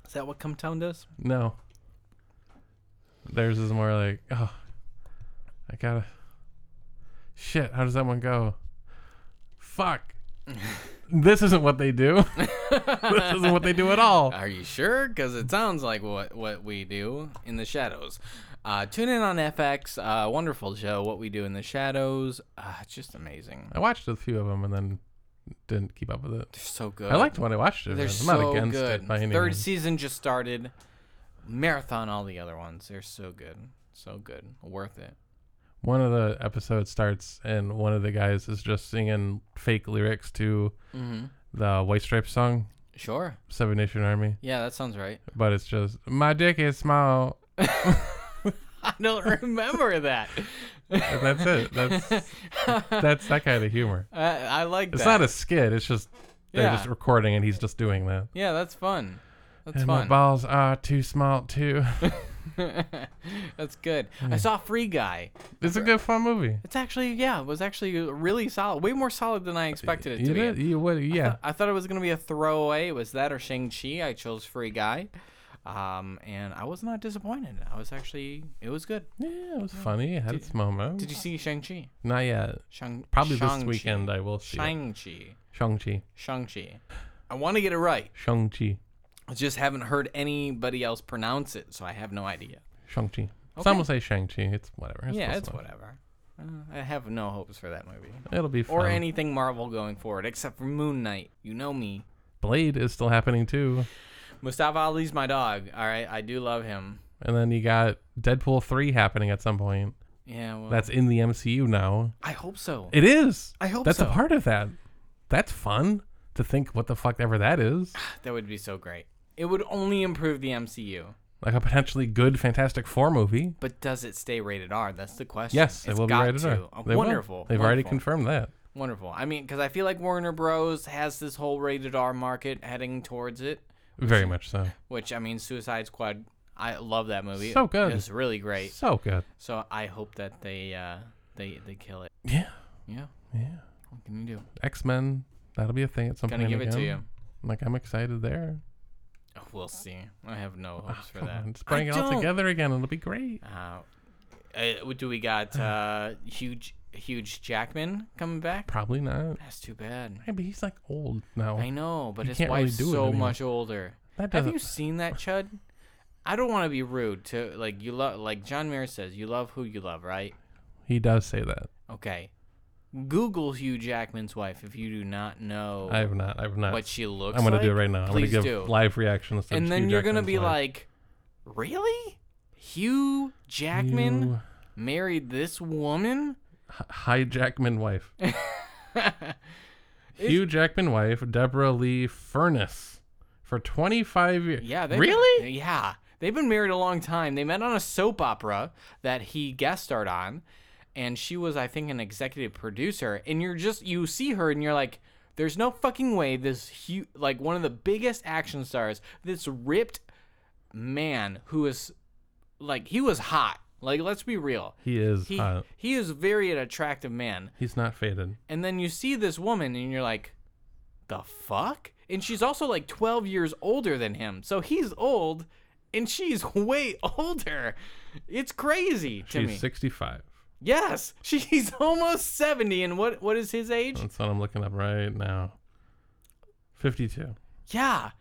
S4: Is that what Cumtown does?
S2: No. Theirs is more like, oh, I gotta. Shit, how does that one go? Fuck. this isn't what they do. this isn't what they do at all.
S1: Are you sure? Because it sounds like what what we do in the shadows. Uh, tune in on FX. Uh, wonderful show. What we do in the shadows. Uh, it's just amazing.
S2: I watched a few of them and then didn't keep up with it.
S1: They're so good.
S2: I liked what I watched it.
S1: They're
S2: I'm
S1: so
S2: not against
S1: good.
S2: it by any
S1: Third
S2: means.
S1: season just started. Marathon all the other ones. They're so good. So good. Worth it.
S2: one of the episodes starts and one of the guys is just singing fake lyrics to the White Stripes song,
S1: Sure.
S2: Seven Nation Army.
S1: Yeah, that sounds right.
S2: But it's just, my dick is small.
S1: I don't remember that.
S2: And that's it. That's that's that kind of humor.
S1: I, I like
S2: It's
S1: that.
S2: not a skit. It's just they're
S1: Yeah.
S2: just recording and he's just doing that.
S1: yeah, that's fun. That's
S2: and my
S1: fun.
S2: balls are too small too.
S1: that's good.
S2: Hmm.
S1: I saw Free Guy.
S2: it's a good fun movie.
S1: It's actually yeah, it was actually really solid. Way more solid than I expected it
S2: You
S1: to be.
S2: did, you would, yeah.
S1: I thought it was gonna be a throwaway. It was that or Shang Chi. I chose Free Guy, um, and I was not disappointed. I was actually it was good.
S2: Yeah, it was funny. It had its moment.
S1: Did you see Shang Chi?
S2: Not yet.
S1: Shang
S2: Probably
S1: Shang-Chi.
S2: this weekend I will see. it.
S1: Shang Chi.
S2: Shang-Chi.
S1: Shang Chi. I want to get it right.
S2: Shang-Chi.
S1: I just haven't heard anybody else pronounce it, so I have no idea.
S2: Shang-Chi. Some will say Shang-Chi. It's whatever.
S1: Yeah,
S2: close
S1: it's
S2: enough.
S1: whatever. Uh, I have no hopes for that movie
S2: It'll be fun.
S1: or anything Marvel going forward, except for Moon Knight. You know me.
S2: Blade is still happening too.
S1: Mustafa Ali's my dog. All right, I do love him.
S2: And then you got Deadpool 3 happening at some point.
S1: Yeah, well,
S2: That's in the MCU now.
S1: I hope so.
S2: It is.
S1: I hope
S2: That's
S1: so.
S2: a part of that. That's fun to think what the fuck ever that is.
S1: That would be so great. It would only improve the MCU.
S2: Like a potentially good Fantastic Four movie.
S1: But does it stay rated R? That's the question.
S2: Yes, it
S1: It's
S2: will be
S1: got
S2: rated
S1: to.
S2: R.
S1: Oh,
S2: They will.
S1: wonderful.
S2: They've already
S1: wonderful,
S2: confirmed that.
S1: Wonderful. I mean, because I feel like Warner Bros. has this whole rated R market heading towards it,
S2: Very much so.
S1: which, I mean, Suicide Squad, I love that movie.
S2: So good.
S1: It's really great.
S2: So good.
S1: So I hope that they uh, they, they kill it.
S2: Yeah.
S1: Yeah.
S2: Yeah.
S1: What can you do?
S2: X Men. That'll be a thing at some
S1: Gonna
S2: point.
S1: give it to
S2: again. Like I'm excited there.
S1: Oh, We'll see. I have no hopes for
S2: Ah, Come
S1: that.
S2: on, just
S1: I
S2: bring it all
S1: don't-
S2: together again. It'll be great.
S1: Uh, uh, do we got uh, huge, huge Jackman coming back?
S2: Probably not.
S1: That's too bad.
S2: Yeah, but he's like old now.
S1: I know, but his
S2: Oh. can't really
S1: wife's
S2: do it
S1: so
S2: anymore.
S1: much older.
S2: That
S1: Have you
S2: doesn't-
S1: seen that, Chud? I don't want to be rude to like you love like John Mayer says you love who you love, right?
S2: He does say that.
S1: Okay. Google Hugh Jackman's wife if you do not know
S2: I have not. I have not.
S1: what she looks
S2: I'm gonna
S1: like.
S2: do it right now. I'm gonna
S1: Please
S2: give
S1: do.
S2: live reactions. To
S1: and then
S2: Hugh
S1: you're gonna
S2: Jackman's
S1: be
S2: life.
S1: like, really? Hugh Jackman
S2: You
S1: married this woman?
S2: h- hi Jackman wife. Hugh Jackman wife Deborah Lee Furness for 25 years.
S1: Yeah, they've
S2: really?
S1: Been, yeah, they've been married a long time. They met on a soap opera that he guest starred on, and she was, I think, an executive producer. And you're just you see her, and you're like, "There's no fucking way this huge, like one of the biggest action stars, this ripped man who is, like, he was hot. Like, let's be real."
S2: He is.
S1: He,
S2: hot.
S1: he is very an attractive man
S2: He's not faded.
S1: and then you see this woman and you're like the fuck and she's also like 12 years older than him so he's old and she's way older it's crazy to
S2: She's
S1: me
S2: 65.
S1: yes she's almost 70 and what what is his age
S2: That's what I'm looking up right now. 52.
S1: yeah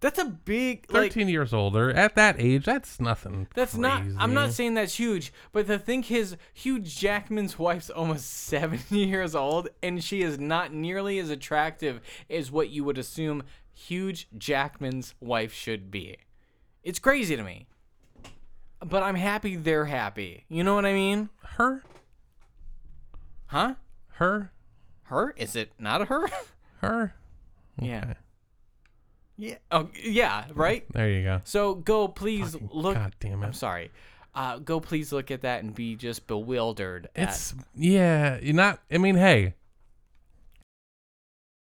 S1: that's a big like
S2: 13 years older. At that age, that's nothing.
S1: that's not i'm
S2: crazy.
S1: not saying that's huge but to think his huge jackman's wife's almost 70 years old and she is not nearly as attractive as what you would assume huge jackman's wife should be it's crazy to me but i'm happy they're happy you know what i mean
S2: her.
S1: huh
S2: Her.
S1: her is it not a her
S2: Her.
S1: yeah
S2: Okay.
S1: yeah oh yeah right
S2: There you go.
S1: so go please look
S2: God damn it.
S1: i'm sorry uh, go please look at that and be just bewildered at
S2: It's yeah, you're not. I mean, hey,